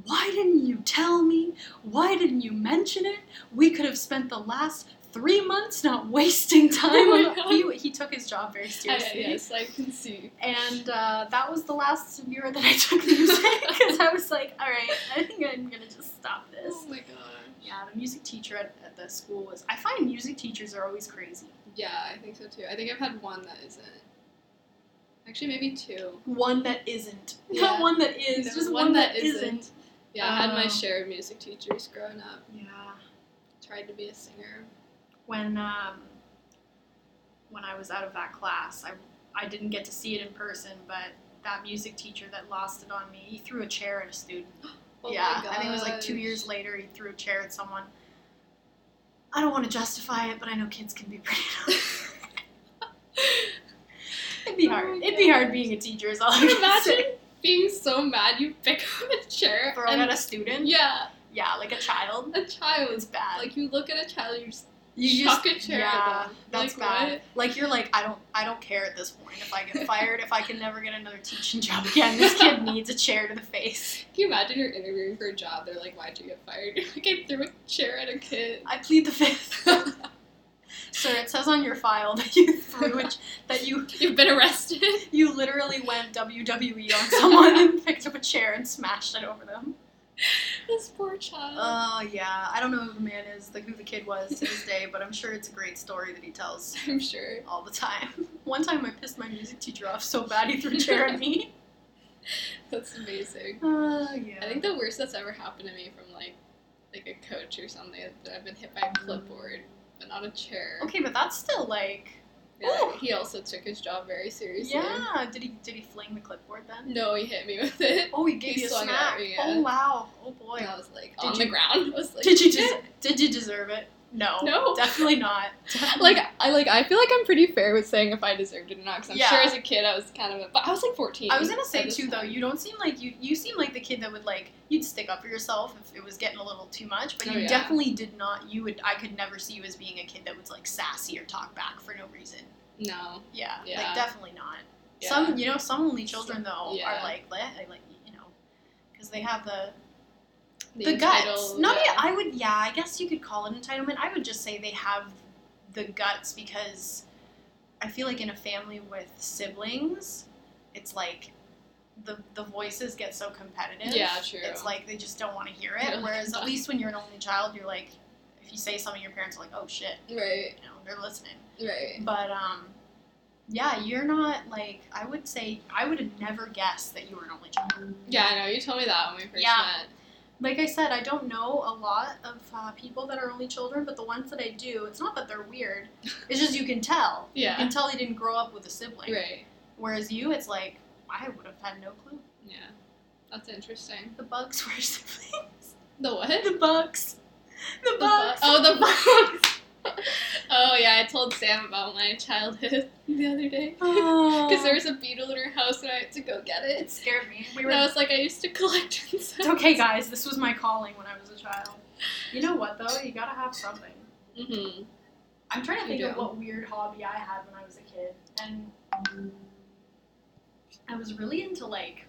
Speaker 2: why didn't you tell me? Why didn't you mention it? We could have spent the last three months not wasting time.
Speaker 1: Oh my
Speaker 2: on-" he, he took his job very
Speaker 1: I,
Speaker 2: seriously.
Speaker 1: yes, I can see.
Speaker 2: And uh, that was the last year that I took music because I was like, all right, I think I'm going to just stop this.
Speaker 1: Oh my gosh.
Speaker 2: Yeah, the music teacher at, at the school was. I find music teachers are always crazy.
Speaker 1: Yeah, I think so too. I think I've had one that isn't. Actually, maybe two.
Speaker 2: One that isn't, not
Speaker 1: Yeah.
Speaker 2: one that is,
Speaker 1: No,
Speaker 2: just
Speaker 1: one
Speaker 2: that
Speaker 1: that isn't. Yeah, I had my
Speaker 2: Oh.
Speaker 1: share of music teachers growing up.
Speaker 2: Yeah.
Speaker 1: Tried to be a singer.
Speaker 2: When um, when I was out of that class, I I didn't get to see it in person, but that music teacher that lost it on me, he threw a chair at a student.
Speaker 1: Oh
Speaker 2: yeah,
Speaker 1: my gosh.
Speaker 2: I think it was like two years later, he threw a chair at someone. I don't want to justify it, but I know kids can be pretty. It'd be
Speaker 1: Oh
Speaker 2: hard.
Speaker 1: my
Speaker 2: It'd be hard
Speaker 1: gosh.
Speaker 2: being a teacher. Is all I
Speaker 1: Can you
Speaker 2: can say.
Speaker 1: imagine being so mad you pick up a chair
Speaker 2: Throw it
Speaker 1: and
Speaker 2: at a student.
Speaker 1: yeah,
Speaker 2: yeah, like a child.
Speaker 1: A child.
Speaker 2: It's bad.
Speaker 1: Like you look at a child, you just
Speaker 2: you
Speaker 1: chuck
Speaker 2: just
Speaker 1: a chair
Speaker 2: yeah,
Speaker 1: at them.
Speaker 2: that's
Speaker 1: Like,
Speaker 2: bad.
Speaker 1: what?
Speaker 2: Like you're like I don't I don't care at this point if I get fired if I can never get another teaching job again. This kid needs a chair to the face.
Speaker 1: Can you imagine you're interviewing for a job? They're like, "Why'd you get fired?" You're like, "I threw a chair at a kid."
Speaker 2: I plead the fifth. Sir, it says on your file that you threw it, that you
Speaker 1: You've been arrested.
Speaker 2: you literally went WWE on someone and picked up a chair and smashed it over them.
Speaker 1: this poor child.
Speaker 2: Oh yeah, I don't know who the man is, like who the kid was to this day, but I'm sure it's a great story that he tells
Speaker 1: I'm sure.
Speaker 2: all the time. One time I pissed my music teacher off so bad he threw a chair at me.
Speaker 1: That's amazing.
Speaker 2: Oh yeah.
Speaker 1: I think the worst that's ever happened to me from like like a coach or something is that I've been hit by a clipboard, but not a chair.
Speaker 2: Okay, but that's still like
Speaker 1: Yeah, he also took his job very seriously.
Speaker 2: yeah. Did he did he fling the clipboard then?
Speaker 1: No, he hit me with it.
Speaker 2: Oh, he gave
Speaker 1: He
Speaker 2: you a
Speaker 1: swung it
Speaker 2: smack.
Speaker 1: at me, yeah.
Speaker 2: Oh wow. Oh boy.
Speaker 1: And I was like
Speaker 2: Did
Speaker 1: on
Speaker 2: you-
Speaker 1: the ground. I was like,
Speaker 2: Did you
Speaker 1: "Shit."
Speaker 2: des- did you deserve it? No.
Speaker 1: No.
Speaker 2: Definitely not. Definitely
Speaker 1: like I like I feel like I'm pretty fair with saying if I deserved it or not because I'm
Speaker 2: Yeah.
Speaker 1: sure as a kid I was kind of a, but I was like 14.
Speaker 2: I was gonna
Speaker 1: so
Speaker 2: say
Speaker 1: this-
Speaker 2: too, though. You don't seem like you. You seem like the kid that would like you'd stick up for yourself if it was getting a little too much. But
Speaker 1: Oh,
Speaker 2: you
Speaker 1: yeah.
Speaker 2: definitely did not. You would. I could never see you as being a kid that was like sassy or talk back for no reason.
Speaker 1: No.
Speaker 2: Yeah,
Speaker 1: Yeah.
Speaker 2: like definitely not.
Speaker 1: Yeah.
Speaker 2: Some, you know, some only children though
Speaker 1: Yeah.
Speaker 2: are like lit, like you know, because they have the
Speaker 1: The,
Speaker 2: the guts.
Speaker 1: entitled,
Speaker 2: Not
Speaker 1: yeah.
Speaker 2: yeah. I would. Yeah, I guess you could call it entitlement. I would just say they have the guts because I feel like in a family with siblings, it's like the the voices get so competitive.
Speaker 1: Yeah, true.
Speaker 2: It's like they just don't want to hear
Speaker 1: They're
Speaker 2: it.
Speaker 1: like,
Speaker 2: Whereas
Speaker 1: "No."
Speaker 2: at least when you're an only child, you're like, if you say something, your parents are like, oh shit,
Speaker 1: Right.
Speaker 2: you know, they're listening.
Speaker 1: Right.
Speaker 2: But um, yeah, you're not like I would say I would have never guessed that you were an only child.
Speaker 1: Yeah, I know. You told me that when we first
Speaker 2: Yeah. Like I said, I don't know a lot of uh, people that are only children, but the ones that I do, it's not that they're weird. It's just you can tell.
Speaker 1: Yeah.
Speaker 2: You can tell they didn't grow up with a sibling.
Speaker 1: met. Right.
Speaker 2: Whereas you, it's like I would have had no clue.
Speaker 1: Yeah. That's interesting.
Speaker 2: The bugs were siblings.
Speaker 1: The what?
Speaker 2: the bugs. The
Speaker 1: The bu-
Speaker 2: bugs.
Speaker 1: oh, the bugs. oh yeah, I told Sam about my childhood the other day because there was a beetle in her house and I had to go get
Speaker 2: It
Speaker 1: it.
Speaker 2: scared me. We
Speaker 1: And
Speaker 2: were
Speaker 1: I was like, I used to collect
Speaker 2: It's
Speaker 1: insects.
Speaker 2: okay, guys. This was my calling when I was a child. You know what though? You gotta have something.
Speaker 1: Mm-hmm.
Speaker 2: I'm trying to
Speaker 1: You
Speaker 2: think of
Speaker 1: do.
Speaker 2: what weird hobby I had when I was a kid, and I was really into like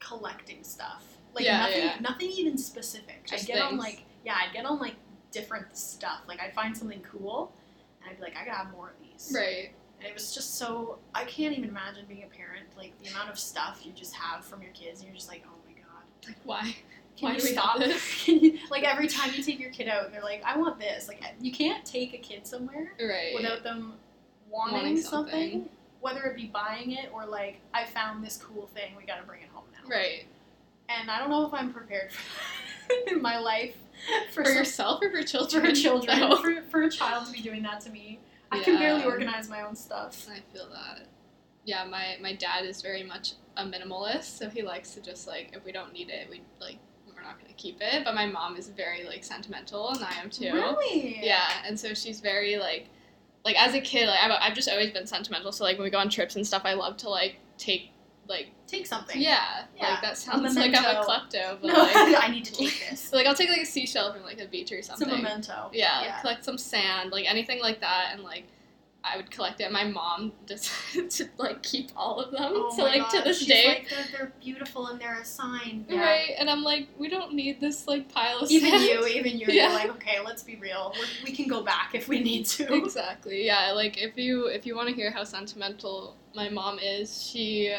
Speaker 2: collecting stuff. Like
Speaker 1: Yeah,
Speaker 2: nothing,
Speaker 1: yeah.
Speaker 2: nothing even specific. I
Speaker 1: Just
Speaker 2: get on
Speaker 1: things.
Speaker 2: like yeah, I get on like different stuff. Like I would find something cool, and I'd be like, I gotta have more of these.
Speaker 1: Right.
Speaker 2: And it was just so I can't even imagine being a parent. Like the amount of stuff you just have from your kids, and you're just like, oh my god.
Speaker 1: Like why?
Speaker 2: Can
Speaker 1: Why
Speaker 2: you
Speaker 1: do we have
Speaker 2: stop?
Speaker 1: this?
Speaker 2: Can you, like every time you take your kid out, they're like, "I want this." Like you can't take a kid somewhere
Speaker 1: Right.
Speaker 2: without them wanting,
Speaker 1: Wanting
Speaker 2: something.
Speaker 1: something.
Speaker 2: whether it be buying it or like, "I found this cool thing, we got to bring it home now."
Speaker 1: right.
Speaker 2: And I don't know if I'm prepared for in my life
Speaker 1: For,
Speaker 2: for, some-
Speaker 1: yourself or for
Speaker 2: for
Speaker 1: children? Oh.
Speaker 2: children,
Speaker 1: No.
Speaker 2: for, for a child to be doing that to me. I can barely
Speaker 1: Yeah.
Speaker 2: organize my own stuff.
Speaker 1: I feel that. Yeah, my my dad is very much a minimalist, so he likes to just like if we don't need it, we like we're not gonna keep it. But my mom is very like sentimental, and I am too.
Speaker 2: Really?
Speaker 1: Yeah, and so she's very like, like as a kid, like I've, I've just always been sentimental. So like when we go on trips and stuff, I love to like take like
Speaker 2: Take something.
Speaker 1: yeah,
Speaker 2: Yeah,
Speaker 1: like that sounds like I'm a
Speaker 2: memento.
Speaker 1: klepto, but
Speaker 2: No,
Speaker 1: like
Speaker 2: I need to take this.
Speaker 1: so like I'll take like a seashell from like a beach or
Speaker 2: It's a
Speaker 1: something.
Speaker 2: memento.
Speaker 1: Yeah, collect some sand, like anything like that, and like I would collect it. My mom decided to like keep all of them,
Speaker 2: Oh
Speaker 1: so
Speaker 2: my
Speaker 1: like to
Speaker 2: God,
Speaker 1: this
Speaker 2: she's
Speaker 1: day,
Speaker 2: like, they're, they're beautiful and they're a sign.
Speaker 1: right? And I'm like, we don't need this like pile of
Speaker 2: Even
Speaker 1: sand.
Speaker 2: you, even you,
Speaker 1: Yeah.
Speaker 2: you're like, okay, let's be real. We're, we can go back if we need to.
Speaker 1: Exactly. Yeah. Like if you if you want to hear how sentimental my mom is, she,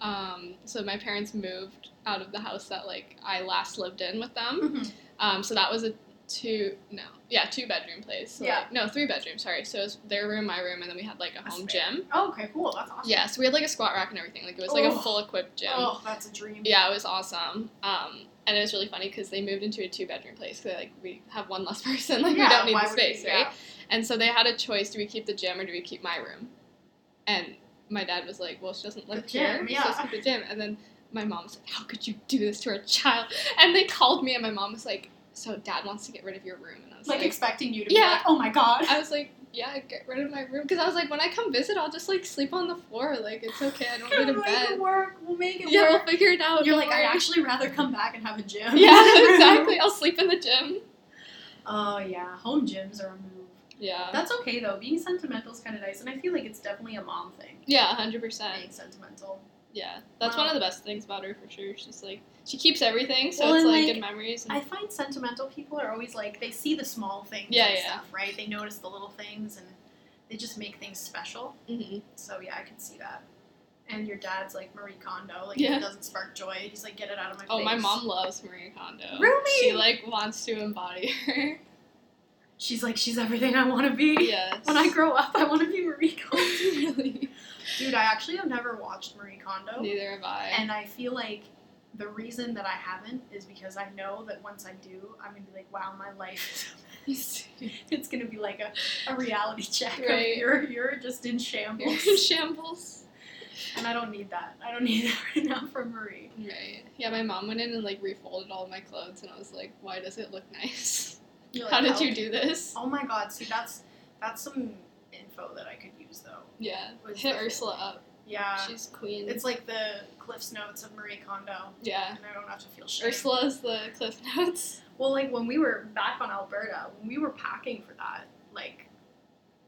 Speaker 1: um, so my parents moved out of the house that like I last lived in with them.
Speaker 2: Mhm.
Speaker 1: Um, so that was a two no yeah two bedroom place. So,
Speaker 2: Yeah.
Speaker 1: like- no three bedroom. Sorry. So it was their room, my room, and then we had like a home
Speaker 2: fair.
Speaker 1: gym.
Speaker 2: Oh, okay, cool. That's awesome.
Speaker 1: Yeah, so we had like a squat rack and everything. Like it was like a
Speaker 2: Oh.
Speaker 1: full equipped gym.
Speaker 2: Oh, that's a dream.
Speaker 1: Yeah, it was awesome. Um, and it was really funny because they moved into a two bedroom place. So like we have one less person. Like
Speaker 2: Yeah,
Speaker 1: we don't need
Speaker 2: why
Speaker 1: the
Speaker 2: would we-
Speaker 1: space, right? And so they had a choice: do we keep the gym or do we keep my room? And my dad was like, "Well, she doesn't live
Speaker 2: The
Speaker 1: here,
Speaker 2: gym, yeah.
Speaker 1: so let's keep the gym." And then my mom was like, "How could you do this to our child?" And they called me, and my mom was like, "So dad wants to get rid of your room?" And I was
Speaker 2: Like
Speaker 1: like,
Speaker 2: expecting you to be
Speaker 1: Yeah.
Speaker 2: like, oh my god.
Speaker 1: "I was like, yeah, get rid of my room because I was like, when I come visit, I'll just like sleep on the floor. Like it's okay. I don't need a
Speaker 2: we'll make it
Speaker 1: bed.
Speaker 2: work. We'll make it
Speaker 1: Yeah, we'll
Speaker 2: work.
Speaker 1: figure it out.
Speaker 2: You're
Speaker 1: don't
Speaker 2: like, I'd
Speaker 1: worry."
Speaker 2: actually rather come back and have a gym.
Speaker 1: Yeah, exactly. I'll sleep in the gym.
Speaker 2: Oh yeah, home gyms are a move.
Speaker 1: Yeah.
Speaker 2: That's okay though. Being sentimental is kind of nice, and I feel like it's definitely a mom thing.
Speaker 1: Yeah, hundred percent.
Speaker 2: Being sentimental.
Speaker 1: Yeah, that's one of the best things about her for sure. She's like she keeps everything, so
Speaker 2: Well,
Speaker 1: it's
Speaker 2: and,
Speaker 1: like,
Speaker 2: like,
Speaker 1: good memories. And,
Speaker 2: I find sentimental people are always like they see the small things
Speaker 1: Yeah,
Speaker 2: and
Speaker 1: yeah.
Speaker 2: stuff, right? They notice the little things and they just make things special.
Speaker 1: Mhm.
Speaker 2: So yeah, I can see that. And your dad's like Marie Kondo, like
Speaker 1: Yeah.
Speaker 2: it doesn't spark joy. He's like, get it out of my
Speaker 1: Oh,
Speaker 2: face.
Speaker 1: my mom loves Maria Kondo.
Speaker 2: Really?
Speaker 1: She like wants to embody her.
Speaker 2: She's like, she's everything I want to be.
Speaker 1: yes.
Speaker 2: When I grow up, I want to be Marie Kondo.
Speaker 1: really.
Speaker 2: Dude, I actually have never watched Marie Kondo.
Speaker 1: Neither have I.
Speaker 2: And I feel like the reason that I haven't is because I know that once I do, I'm gonna be like, wow, my life. it's gonna be like a, a reality check. of
Speaker 1: Right.
Speaker 2: You're you're just in
Speaker 1: You're
Speaker 2: shambles,
Speaker 1: in shambles.
Speaker 2: and I don't need that. I don't need that right now from Marie.
Speaker 1: Right. Yeah, my mom went in and like refolded all my clothes, and I was like, why does it look nice?
Speaker 2: You're
Speaker 1: How
Speaker 2: like,
Speaker 1: did
Speaker 2: "Help."
Speaker 1: you do this?
Speaker 2: Oh my God! See, that's that's some info that I could use though.
Speaker 1: Yeah.
Speaker 2: Was
Speaker 1: Hit
Speaker 2: the-
Speaker 1: Ursula up.
Speaker 2: Yeah,
Speaker 1: She's queen.
Speaker 2: Uh, it's like the Cliff's Notes of Marie Kondo,
Speaker 1: yeah.
Speaker 2: and I don't have to feel shame.
Speaker 1: Ursula's the cliff notes.
Speaker 2: Well, like when we were back on Alberta, when we were packing for that, like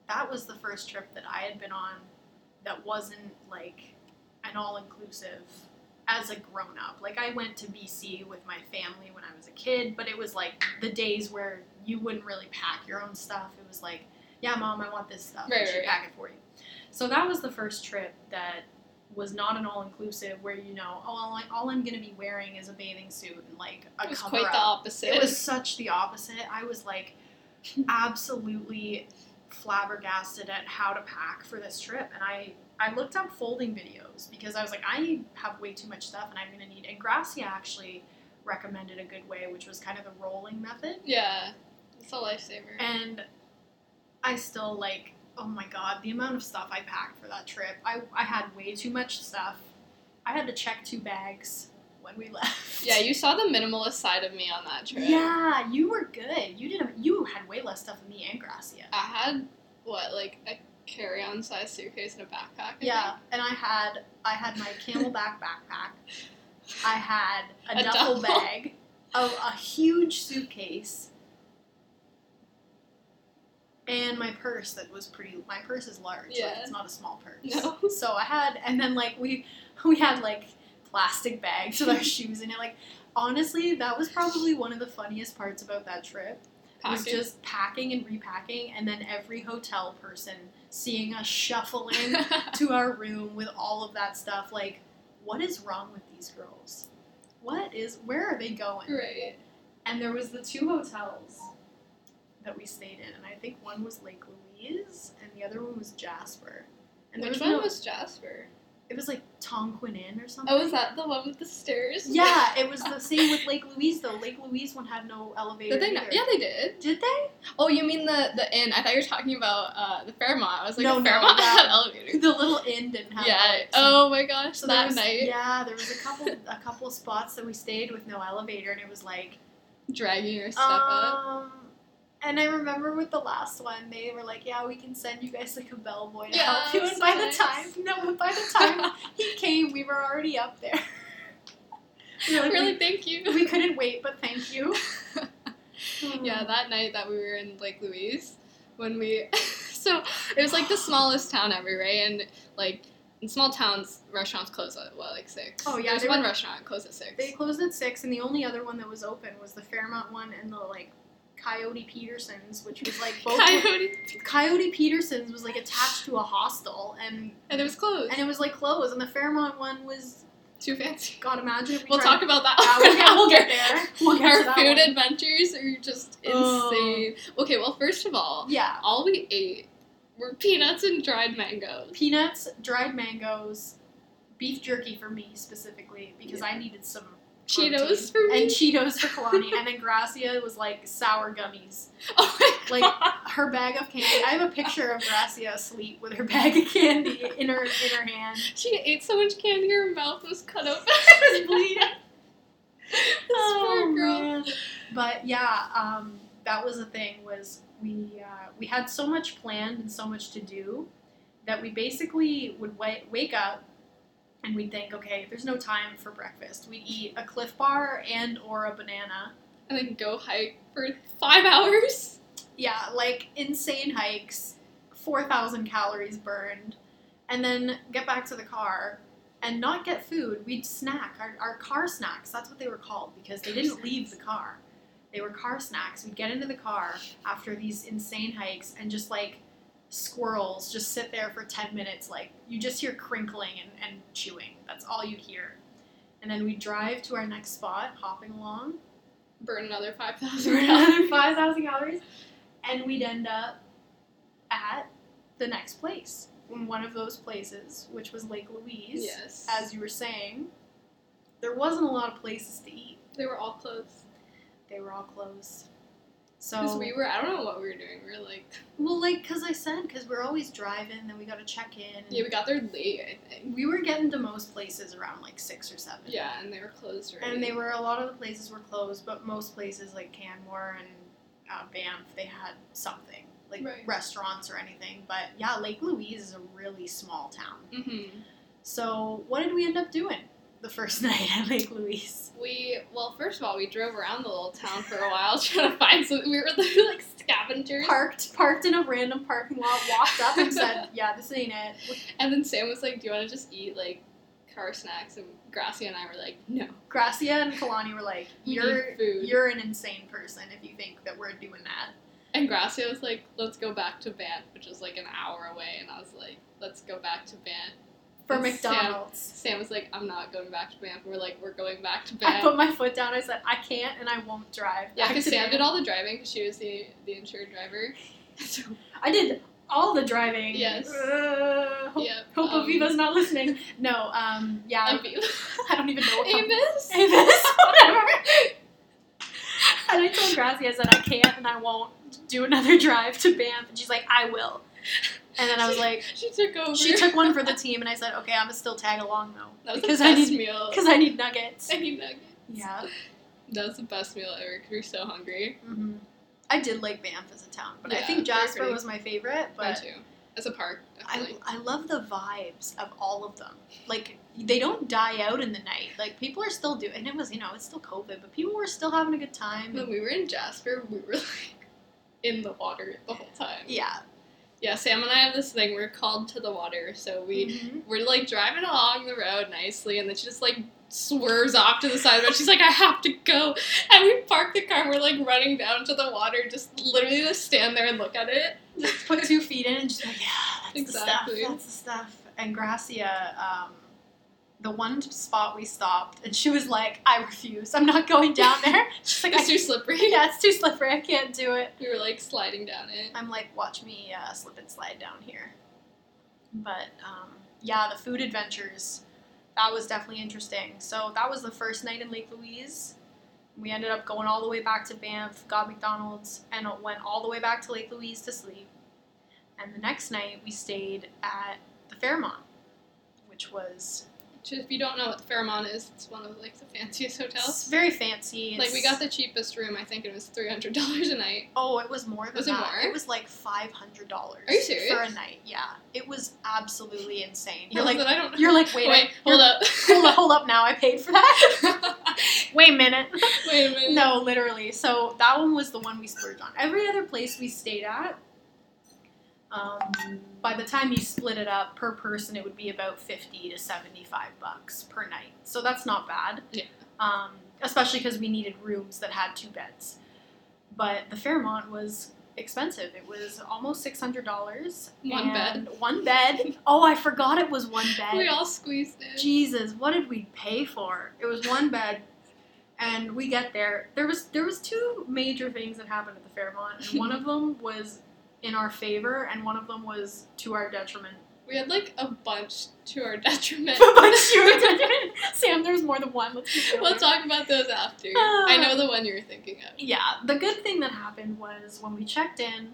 Speaker 2: that was the first trip that I had been on that wasn't like an all inclusive as a grown up. Like I went to BC with my family when I was a kid, but it was like the days where you wouldn't really pack your own stuff. It was like, yeah, mom, I want this stuff.
Speaker 1: Right,
Speaker 2: and she'd
Speaker 1: right,
Speaker 2: pack it for you. So that was the first trip that was not an all inclusive where you know, oh, all, I, all I'm going to be wearing is a bathing suit and like a
Speaker 1: It was
Speaker 2: cover
Speaker 1: quite
Speaker 2: up.
Speaker 1: the opposite.
Speaker 2: It was such the opposite. I was like absolutely flabbergasted at how to pack for this trip. And I, I looked up folding videos because I was like, I have way too much stuff and I'm going to need. And Gracia actually recommended a good way, which was kind of the rolling method.
Speaker 1: yeah. It's a lifesaver.
Speaker 2: And I still like, oh my God, the amount of stuff I packed for that trip. I, I had way too much stuff. I had to check two bags when we left.
Speaker 1: yeah, you saw the minimalist side of me on that trip.
Speaker 2: Yeah, you were good. You didn't. You had way less stuff than me and Gracia.
Speaker 1: I had what, like a carry-on size suitcase and a backpack. I
Speaker 2: Yeah, and I had I had my camelback backpack. I had a,
Speaker 1: A
Speaker 2: duffel
Speaker 1: duffel.
Speaker 2: bag, a, a huge suitcase, and my purse that was pretty. My purse is large. like,
Speaker 1: Yeah.
Speaker 2: it's not a small purse.
Speaker 1: No.
Speaker 2: So I had, and then like we we had like plastic bags with our shoes in it. Like honestly, that was probably one of the funniest parts about that trip.
Speaker 1: Think.
Speaker 2: was just packing and repacking, and then every hotel person seeing us shuffling
Speaker 1: Packing.
Speaker 2: to our room with all of that stuff. Like, what is wrong with these girls? What is, where are they going?
Speaker 1: right.
Speaker 2: And there was the two hotels that we stayed in, and I think one was Lake Louise, and the other one was Jasper. And there
Speaker 1: Which
Speaker 2: was
Speaker 1: one
Speaker 2: no-
Speaker 1: was Jasper?
Speaker 2: it was like Tonquin Inn or something.
Speaker 1: Oh, was that the one with the stairs?
Speaker 2: Yeah, it was the same with Lake Louise though. Lake Louise one had no elevator.
Speaker 1: Did they not?
Speaker 2: either.
Speaker 1: Yeah, they did.
Speaker 2: Did they?
Speaker 1: Oh, you mean the the inn? I thought you were talking about uh, the Fairmont. I was like,
Speaker 2: No,
Speaker 1: the
Speaker 2: no,
Speaker 1: Fairmont
Speaker 2: that-
Speaker 1: had elevators.
Speaker 2: The little inn didn't have.
Speaker 1: Yeah.
Speaker 2: elevators.
Speaker 1: Oh my gosh,
Speaker 2: So there
Speaker 1: that
Speaker 2: was,
Speaker 1: night
Speaker 2: yeah, there was a couple a couple spots that we stayed with no elevator, and it was like,
Speaker 1: dragging your stuff up.
Speaker 2: um, and I remember with the last one, they were like, yeah, we can send you guys like a bellboy to
Speaker 1: Yeah,
Speaker 2: help you, and
Speaker 1: so
Speaker 2: by
Speaker 1: nice.
Speaker 2: the time no, by the time he came, we were already up there. we were like,
Speaker 1: really, thank you.
Speaker 2: we, we couldn't wait, but thank you.
Speaker 1: Yeah, that night that we were in Lake Louise, when we, so it was like the smallest town ever, right? And like in small towns, restaurants close at what, like six?
Speaker 2: Oh, yeah,
Speaker 1: There's
Speaker 2: they
Speaker 1: one
Speaker 2: were-
Speaker 1: restaurant closed at six.
Speaker 2: They closed at six, and the only other one that was open was the Fairmont one and the like Coyote Petersons, which was like both.
Speaker 1: Coyote,
Speaker 2: Coyote Petersons was like attached to a hostel, and
Speaker 1: and it was closed.
Speaker 2: and it was like closed. And the Fairmont one was
Speaker 1: too fancy.
Speaker 2: God. Imagine if we
Speaker 1: We'll
Speaker 2: tried-
Speaker 1: talk about that.
Speaker 2: Yeah, we'll, get, we'll get
Speaker 1: later.
Speaker 2: there. We'll get to
Speaker 1: Our
Speaker 2: that
Speaker 1: food
Speaker 2: one.
Speaker 1: adventures are just
Speaker 2: Oh.
Speaker 1: insane. Okay, well, first of all,
Speaker 2: yeah,
Speaker 1: all we ate were peanuts and dried mangoes.
Speaker 2: peanuts, dried mangoes, beef jerky for me specifically because I needed some protein.
Speaker 1: Cheetos for me.
Speaker 2: Oh, and Cheetos for Kalani, and then Gracia was like sour gummies.
Speaker 1: oh my
Speaker 2: Like
Speaker 1: God.
Speaker 2: her bag of candy. I have a picture of Gracia asleep with her bag of candy in her in her hand.
Speaker 1: She ate so much candy, her mouth was cut open.
Speaker 2: It was bleeding. Oh,
Speaker 1: this poor girl.
Speaker 2: But yeah, um, that was the thing was we uh, we had so much planned and so much to do that we basically would wa- wake up and we'd think, okay, there's no time for breakfast. We'd eat a Cliff Bar and or a banana.
Speaker 1: and then go hike for five hours.
Speaker 2: Yeah, like insane hikes, 4,000 calories burned, and then get back to the car and not get food. We'd snack, our, our car snacks, that's what they were called because they
Speaker 1: Car
Speaker 2: didn't leave the car. They were car snacks. We'd get into the car after these insane hikes and just like squirrels just sit there for 10 minutes, like you just hear crinkling and, and chewing. That's all you'd hear. And then we'd drive to our next spot, hopping along,
Speaker 1: Burn another five thousand
Speaker 2: another
Speaker 1: calories.
Speaker 2: 5,000 calories, and we'd end up at the next place. In one of those places, which was Lake Louise,
Speaker 1: Yes.
Speaker 2: as you were saying, there wasn't a lot of places to eat.
Speaker 1: they were all closed.
Speaker 2: They were all closed.
Speaker 1: Because
Speaker 2: So,
Speaker 1: we were, I don't know what we were doing. We were like,
Speaker 2: well, like, because I said, because we're always driving, then we got to check in. and
Speaker 1: yeah, we got there late, I think.
Speaker 2: we were getting to most places around like six or seven.
Speaker 1: Yeah, and they were closed already.
Speaker 2: And they were a lot of the places were closed, but most places like Canmore and uh, Banff, they had something like
Speaker 1: Right.
Speaker 2: restaurants or anything. But yeah, Lake Louise is a really small town.
Speaker 1: hmm
Speaker 2: So what did we end up doing the first night at Lake Louise?
Speaker 1: We, well, first of all, we drove around the little town for a while trying to find some. We were literally like scavengers.
Speaker 2: Parked, parked in a random parking lot, walked up and said, "Yeah, this ain't it."
Speaker 1: And then Sam was like, Do you want to just eat like car snacks? And Gracia and I were like, No.
Speaker 2: Gracia and Kalani were like,
Speaker 1: We
Speaker 2: "You're
Speaker 1: need food."
Speaker 2: you're an insane person if you think that we're doing that."
Speaker 1: And Gracia was like, Let's go back to Banff, which was like an hour away. And I was like, Let's go back to Banff.
Speaker 2: For
Speaker 1: And Sam-
Speaker 2: McDonald's,
Speaker 1: Sam was like, I'm not going back to Banff. And we're like, We're going back to
Speaker 2: I
Speaker 1: Banff.
Speaker 2: put my foot down. I said, "I can't and I won't drive."
Speaker 1: Yeah,
Speaker 2: back
Speaker 1: because
Speaker 2: to
Speaker 1: Sam
Speaker 2: Banff."
Speaker 1: did all the driving because she was the, the insured driver. So,
Speaker 2: I did all the driving.
Speaker 1: Yes.
Speaker 2: Uh, hope
Speaker 1: yeah.
Speaker 2: hope
Speaker 1: um,
Speaker 2: Aviva's not listening. No, um, yeah.
Speaker 1: Aviva.
Speaker 2: I don't even know what company-
Speaker 1: Avis?
Speaker 2: Avis, whatever. And I told Gracie, I said, I can't and I won't do another drive to Banff. And she's like, I will. And then I was like,
Speaker 1: She took over.
Speaker 2: she took one for the team. And I said, okay, I'm going to still tag along though.
Speaker 1: That was
Speaker 2: because
Speaker 1: the
Speaker 2: I
Speaker 1: best
Speaker 2: need,
Speaker 1: meal.
Speaker 2: Because I need nuggets.
Speaker 1: I need nuggets.
Speaker 2: Yeah.
Speaker 1: That was the best meal ever because we were so hungry.
Speaker 2: hmm I did like Banff as a town, but I
Speaker 1: Yeah,
Speaker 2: think
Speaker 1: they're
Speaker 2: Jasper
Speaker 1: pretty.
Speaker 2: was my favorite. But
Speaker 1: Me too. As a park,
Speaker 2: I,
Speaker 1: definitely.
Speaker 2: I love the vibes of all of them. Like they don't die out in the night. Like people are still doing, and it was you know it's still COVID, but people were still having a good time.
Speaker 1: When we were in Jasper, we were like in the water the whole time.
Speaker 2: yeah,
Speaker 1: Yeah, Sam and I have this thing. We're called to the water, so we
Speaker 2: Mhm.
Speaker 1: we're like driving along the road nicely, and then she just like swerves off to the side of the road. She's like, "I have to go," and we park the car. and We're like running down to the water, just literally just stand there and look at it.
Speaker 2: just put two feet in and just like yeah, that's the
Speaker 1: Exactly.
Speaker 2: stuff. That's the stuff. And Gracia, um, the one spot we stopped, and she was like, I refuse. I'm not going down there. She's like, I,
Speaker 1: It's too slippery.
Speaker 2: yeah, it's too slippery. I can't do it.
Speaker 1: We were like sliding down it.
Speaker 2: I'm like, watch me uh, slip and slide down here. But um, yeah, the food adventures, that was definitely interesting. So that was the first night in Lake Louise. We ended up going all the way back to Banff, got McDonald's, and went all the way back to Lake Louise to sleep. And the next night, we stayed at the Fairmont, which was
Speaker 1: Which, if you don't know what the Fairmont is, it's one of like the fanciest
Speaker 2: it's
Speaker 1: hotels.
Speaker 2: very fancy.
Speaker 1: Like we
Speaker 2: It's-
Speaker 1: got the cheapest room. I think it was three hundred dollars a night.
Speaker 2: Oh, it was more than
Speaker 1: Was it
Speaker 2: that.
Speaker 1: more?
Speaker 2: was like five hundred dollars.
Speaker 1: Are you serious?
Speaker 2: for a night? Yeah, it was absolutely
Speaker 1: Yeah,
Speaker 2: insane. You're like,
Speaker 1: that I don't know.
Speaker 2: you're like, wait,
Speaker 1: wait,
Speaker 2: I-
Speaker 1: hold
Speaker 2: you're-
Speaker 1: up.
Speaker 2: hold up, hold up. Now I paid for that. Wait a minute.
Speaker 1: wait a minute.
Speaker 2: no, literally. So that one was the one we splurged on. Every other place we stayed at. Um, by the time you split it up per person, it would be about fifty to seventy-five bucks per night. So that's not bad.
Speaker 1: Yeah.
Speaker 2: Um, especially because we needed rooms that had two beds. But the Fairmont was expensive. It was almost six hundred dollars.
Speaker 1: One
Speaker 2: One bed. Oh, I forgot it was one bed.
Speaker 1: We all squeezed in.
Speaker 2: Jesus, what did we pay for? It was one bed, and we get there. There was there was two major things that happened at the Fairmont, and one of them was in our favor, and one of them was to our detriment.
Speaker 1: We had like a bunch to our detriment.
Speaker 2: but to our detriment, Sam, there's more than one. Let's keep going.
Speaker 1: we'll talk about those after.
Speaker 2: Ah.
Speaker 1: I know the one you were thinking of.
Speaker 2: Yeah, the good thing that happened was when we checked in,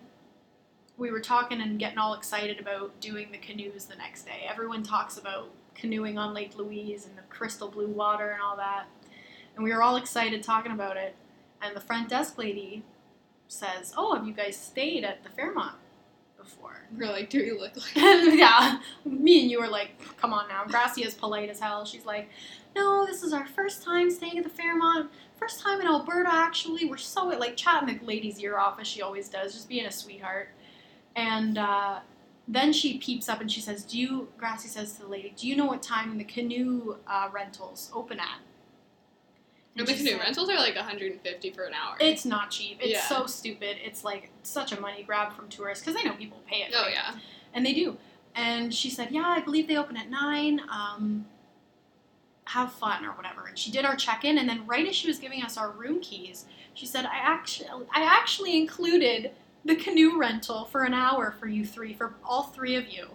Speaker 2: we were talking and getting all excited about doing the canoes the next day. Everyone talks about canoeing on Lake Louise and the crystal blue water and all that. And we were all excited talking about it. And the front desk lady, says, "Oh, have you guys stayed at the Fairmont before?"
Speaker 1: We're like, do we look like?
Speaker 2: yeah, me and you were like, "Come on now." Gracia's polite as hell. She's like, "No, this is our first time staying at the Fairmont. First time in Alberta, actually. We're so like chatting the lady's ear off as she always does, just being a sweetheart." And uh, then she peeps up and she says, "Do you?" Gracia says to the lady, "Do you know what time the canoe uh, rentals open at?"
Speaker 1: No,
Speaker 2: And
Speaker 1: the
Speaker 2: she
Speaker 1: canoe
Speaker 2: said-
Speaker 1: rentals are like 150 for an hour.
Speaker 2: it's not cheap. It's
Speaker 1: Yeah.
Speaker 2: so stupid. It's like such a money grab from tourists because they know people pay it.
Speaker 1: oh
Speaker 2: right?
Speaker 1: yeah,
Speaker 2: And they do. And she said, Yeah, I believe they open at nine. Um, have fun or whatever. And she did our check in. And then right as she was giving us our room keys, she said, I actually, I actually included the canoe rental for an hour for you three, for all three of you.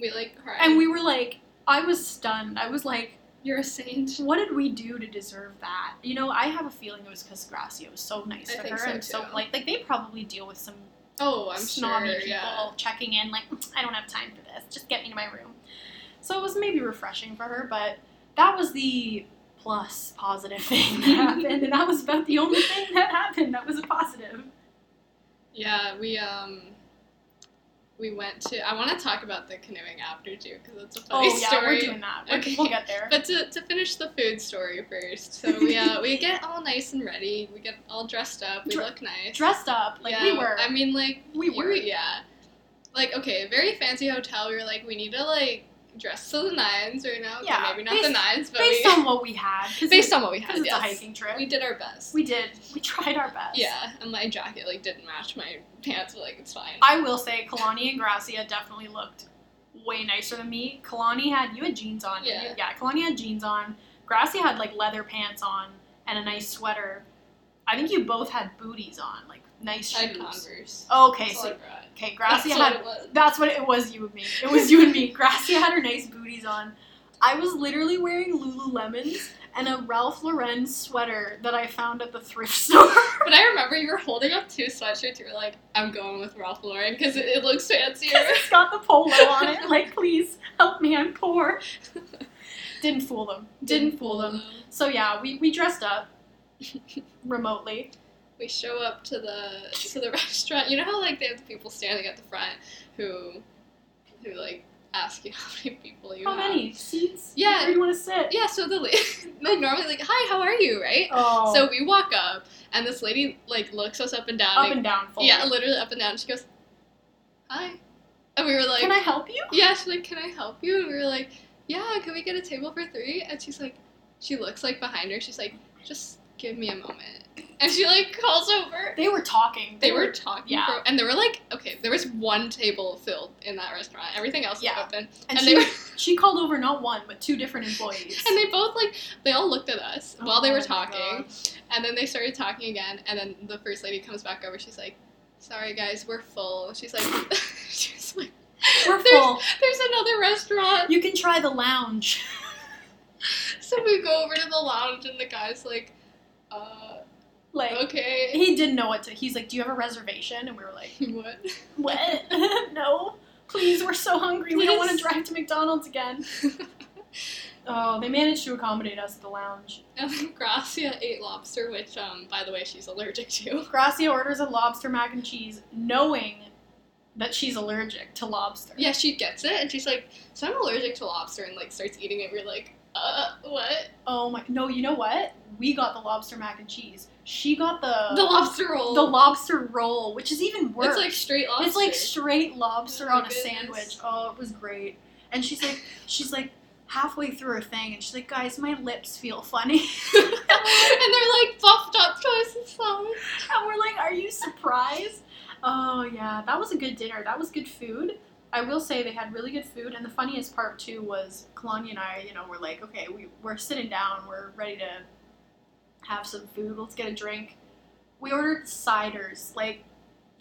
Speaker 1: we like cried.
Speaker 2: And we were like, I was stunned. I was like,
Speaker 1: you're a saint.
Speaker 2: what did we do to deserve that? You know, I have a feeling it was because Gracia was so nice
Speaker 1: I
Speaker 2: to
Speaker 1: think
Speaker 2: her
Speaker 1: so,
Speaker 2: and so
Speaker 1: too.
Speaker 2: polite. Like they probably deal with some
Speaker 1: Oh, I'm
Speaker 2: snobby
Speaker 1: sure.
Speaker 2: people
Speaker 1: Yeah.
Speaker 2: checking in, like "Mm, I don't have time for this. Just get me to my room. So it was maybe refreshing for her, but that was the plus positive thing that happened, and that was about the only thing that happened that was a positive.
Speaker 1: Yeah, we um we went to I want to talk about the canoeing after too cuz it's a funny
Speaker 2: oh yeah,
Speaker 1: story.
Speaker 2: we're doing that. We're-
Speaker 1: Okay.
Speaker 2: We'll get there.
Speaker 1: but to, to finish the food story first. So we uh, we get all nice and ready. We get all dressed up. We
Speaker 2: Dre-
Speaker 1: look nice.
Speaker 2: Dressed up like
Speaker 1: yeah,
Speaker 2: we were.
Speaker 1: I mean like
Speaker 2: we
Speaker 1: you-
Speaker 2: were.
Speaker 1: yeah. Like okay, a very fancy hotel. We were like we need to like dress to the nines right now. Okay,
Speaker 2: Yeah,
Speaker 1: maybe not the
Speaker 2: based-
Speaker 1: nines, but
Speaker 2: based
Speaker 1: we,
Speaker 2: on what we had. 'cause
Speaker 1: based
Speaker 2: it-
Speaker 1: on what we
Speaker 2: 'cause
Speaker 1: had.
Speaker 2: it's a
Speaker 1: Yes.
Speaker 2: hiking trip.
Speaker 1: We did our best.
Speaker 2: We did. We tried our best.
Speaker 1: yeah, and my jacket like didn't match my pants, but like it's fine.
Speaker 2: I will say Kalani and Gracia definitely looked way nicer than me. Kalani had you had jeans on. didn't you?
Speaker 1: Yeah.
Speaker 2: Yeah, Kalani had jeans on. Gracia had like leather pants on and a nice sweater. I think you both had booties on, like nice
Speaker 1: I
Speaker 2: shoes.
Speaker 1: had Converse.
Speaker 2: Okay,
Speaker 1: That's all I
Speaker 2: so
Speaker 1: brought.
Speaker 2: okay, Gracia
Speaker 1: That's
Speaker 2: had
Speaker 1: what it was.
Speaker 2: that's what it was you and me. It was you and me. Gracia had her nice booties on. I was literally wearing Lululemons and a Ralph Lauren sweater that I found at the thrift store.
Speaker 1: But I remember you were holding up two sweatshirts. You were like, "I'm going with Ralph Lauren because it, it looks fancier."
Speaker 2: because it's got the polo on it. Like, please help me, I'm poor. Didn't fool them. Didn't fool them. So yeah, we, we dressed up remotely.
Speaker 1: We show up to the to the restaurant. You know how like they have the people standing at the front who who like ask you how many people you
Speaker 2: How
Speaker 1: have.
Speaker 2: many seats?
Speaker 1: Yeah.
Speaker 2: Where do you want to sit?
Speaker 1: Yeah. So the la- like normally like, "Hi, how are you?" Right.
Speaker 2: Oh.
Speaker 1: So we walk up, and this lady like looks us up and down.
Speaker 2: up
Speaker 1: and-
Speaker 2: and down. Fully.
Speaker 1: yeah, literally up and down. She goes, "Hi," and we were like,
Speaker 2: Can I help you?
Speaker 1: yeah, she's like, can I help you? And we were like, yeah, can we get a table for three? And she's like, she looks like behind her. She's like, just give me a moment. And she like calls over.
Speaker 2: They were talking.
Speaker 1: They were talking,
Speaker 2: yeah.
Speaker 1: for, and there were like, okay, there was one table filled in that restaurant. Everything else
Speaker 2: Yeah.
Speaker 1: was open,
Speaker 2: and,
Speaker 1: and
Speaker 2: she,
Speaker 1: they were,
Speaker 2: she called over not one but two different employees.
Speaker 1: and they both like, they all looked at us
Speaker 2: Oh
Speaker 1: while they were
Speaker 2: my
Speaker 1: talking,
Speaker 2: God.
Speaker 1: and then they started talking again. And then the first lady comes back over. She's like, sorry guys, we're full. She's like, she's like,
Speaker 2: We're
Speaker 1: there's,
Speaker 2: full.
Speaker 1: There's another restaurant.
Speaker 2: You can try the lounge.
Speaker 1: So we go over to the lounge, and the guy's like, uh,
Speaker 2: Like
Speaker 1: okay.
Speaker 2: he didn't know what to. He's like, "Do you have a reservation?" And we were like,
Speaker 1: What?
Speaker 2: What? no. Please, we're so hungry. We don't want to
Speaker 1: Please.
Speaker 2: drive to McDonald's again. oh, they managed to accommodate us at the lounge.
Speaker 1: And then Gracia ate lobster, which, um, by the way, she's allergic to.
Speaker 2: Gracia orders a lobster mac and cheese knowing that she's allergic to lobster.
Speaker 1: Yeah, she gets it, and she's like, so I'm allergic to lobster, and like starts eating it. We're like, uh, what?
Speaker 2: Oh my. No, you know what? We got the lobster mac and cheese. She got the
Speaker 1: the lobster roll.
Speaker 2: the lobster roll, which is even worse.
Speaker 1: It's like straight lobster.
Speaker 2: It's like straight lobster
Speaker 1: Oh my
Speaker 2: on a
Speaker 1: goodness.
Speaker 2: sandwich. Oh, it was great. And she's like, she's like halfway through her thing, and she's like, guys, my lips feel funny.
Speaker 1: and they're like buffed up twice the size.
Speaker 2: And we're like, are you surprised? Oh, yeah. That was a good dinner. That was good food. I will say they had really good food. And the funniest part, too, was Kalani and I, you know, were like, okay, we, we're sitting down. We're ready to have some food. Let's get a drink. We ordered ciders, like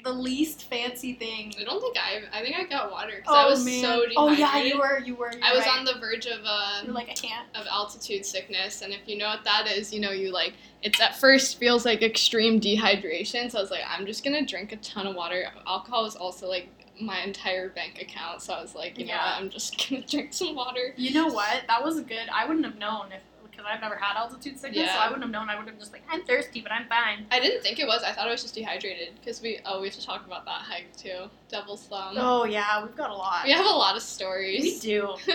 Speaker 2: the least fancy thing.
Speaker 1: I don't think I. I think I got water because
Speaker 2: oh,
Speaker 1: I was
Speaker 2: man.
Speaker 1: so dehydrated.
Speaker 2: Oh, yeah, you were. You were.
Speaker 1: I was on the verge of uh,
Speaker 2: You're like, I can't.
Speaker 1: of altitude sickness and if you know what that is you know you like it's at first feels like extreme dehydration so i was like i'm just gonna drink a ton of water alcohol was also like my entire bank account so i was like you know
Speaker 2: Yeah.
Speaker 1: what, i'm just gonna drink some water
Speaker 2: You know what? That was good. I wouldn't have known if because I've never had altitude sickness, so
Speaker 1: Yeah.
Speaker 2: I wouldn't have known. I would have just like, I'm thirsty, but I'm fine.
Speaker 1: I didn't think it was. I thought I was just dehydrated because we oh we have to talk about that hike too. Devil's Thumb.
Speaker 2: Oh yeah, we've got a lot.
Speaker 1: We have a lot of
Speaker 2: we
Speaker 1: stories.
Speaker 2: do.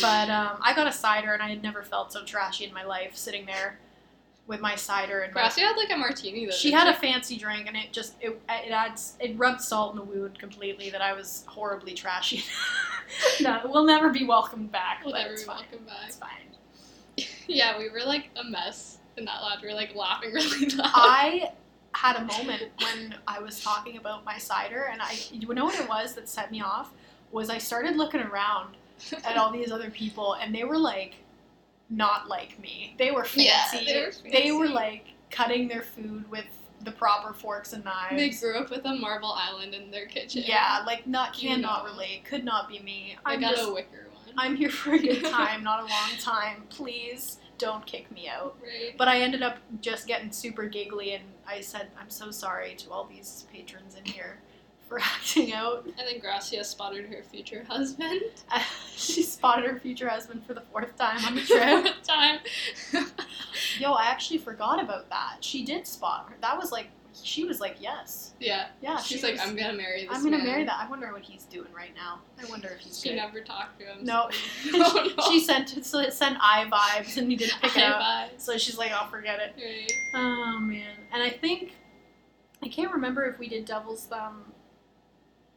Speaker 2: but um, I got a cider, and I had never felt so trashy in my life, sitting there with my cider and my
Speaker 1: Gracia had like a martini though.
Speaker 2: She
Speaker 1: didn't
Speaker 2: had a fancy drink, and it just it, it adds it rubbed salt in the wound completely that I was horribly trashy. no, we'll never be welcomed back.
Speaker 1: We'll
Speaker 2: but
Speaker 1: never
Speaker 2: it's
Speaker 1: be
Speaker 2: fine.
Speaker 1: welcome back.
Speaker 2: It's fine.
Speaker 1: Yeah, we were like a mess in that lodge. We were like laughing really loud.
Speaker 2: I had a moment when I was talking about my cider, and I you know what it was that set me off was I started looking around at all these other people, and they were like not like me. They were fancy.
Speaker 1: Yeah, they were
Speaker 2: They were,
Speaker 1: fancy.
Speaker 2: like cutting their food with the proper forks and knives.
Speaker 1: they grew up with a marble island in their kitchen.
Speaker 2: Yeah, like not
Speaker 1: You
Speaker 2: cannot
Speaker 1: know.
Speaker 2: relate. Could not be me.
Speaker 1: I
Speaker 2: I'm
Speaker 1: got
Speaker 2: just
Speaker 1: a wicker one.
Speaker 2: I'm here for a good time, not a long time. Please don't kick me out.
Speaker 1: right.
Speaker 2: But I ended up just getting super giggly and I said, I'm so sorry to all these patrons in here for acting out.
Speaker 1: And then Gracia spotted her future husband
Speaker 2: she spotted her future husband for the fourth time on the trip.
Speaker 1: Fourth time.
Speaker 2: Yo, I actually forgot about that. She did spot her. That was like she was like, Yes.
Speaker 1: Yeah.
Speaker 2: Yeah.
Speaker 1: She's
Speaker 2: she
Speaker 1: like,
Speaker 2: was-
Speaker 1: I'm gonna marry this.
Speaker 2: I'm gonna
Speaker 1: man."
Speaker 2: marry that. I wonder what he's doing right now. I wonder if he's
Speaker 1: She
Speaker 2: good.
Speaker 1: never talked to him.
Speaker 2: No.
Speaker 1: so- Oh, no.
Speaker 2: she sent so it sent eye vibes and he didn't pick it up.
Speaker 1: High fives.
Speaker 2: So she's like, I'll forget it.
Speaker 1: Right.
Speaker 2: Oh man. And I think I can't remember if we did um, Devil's Thumb.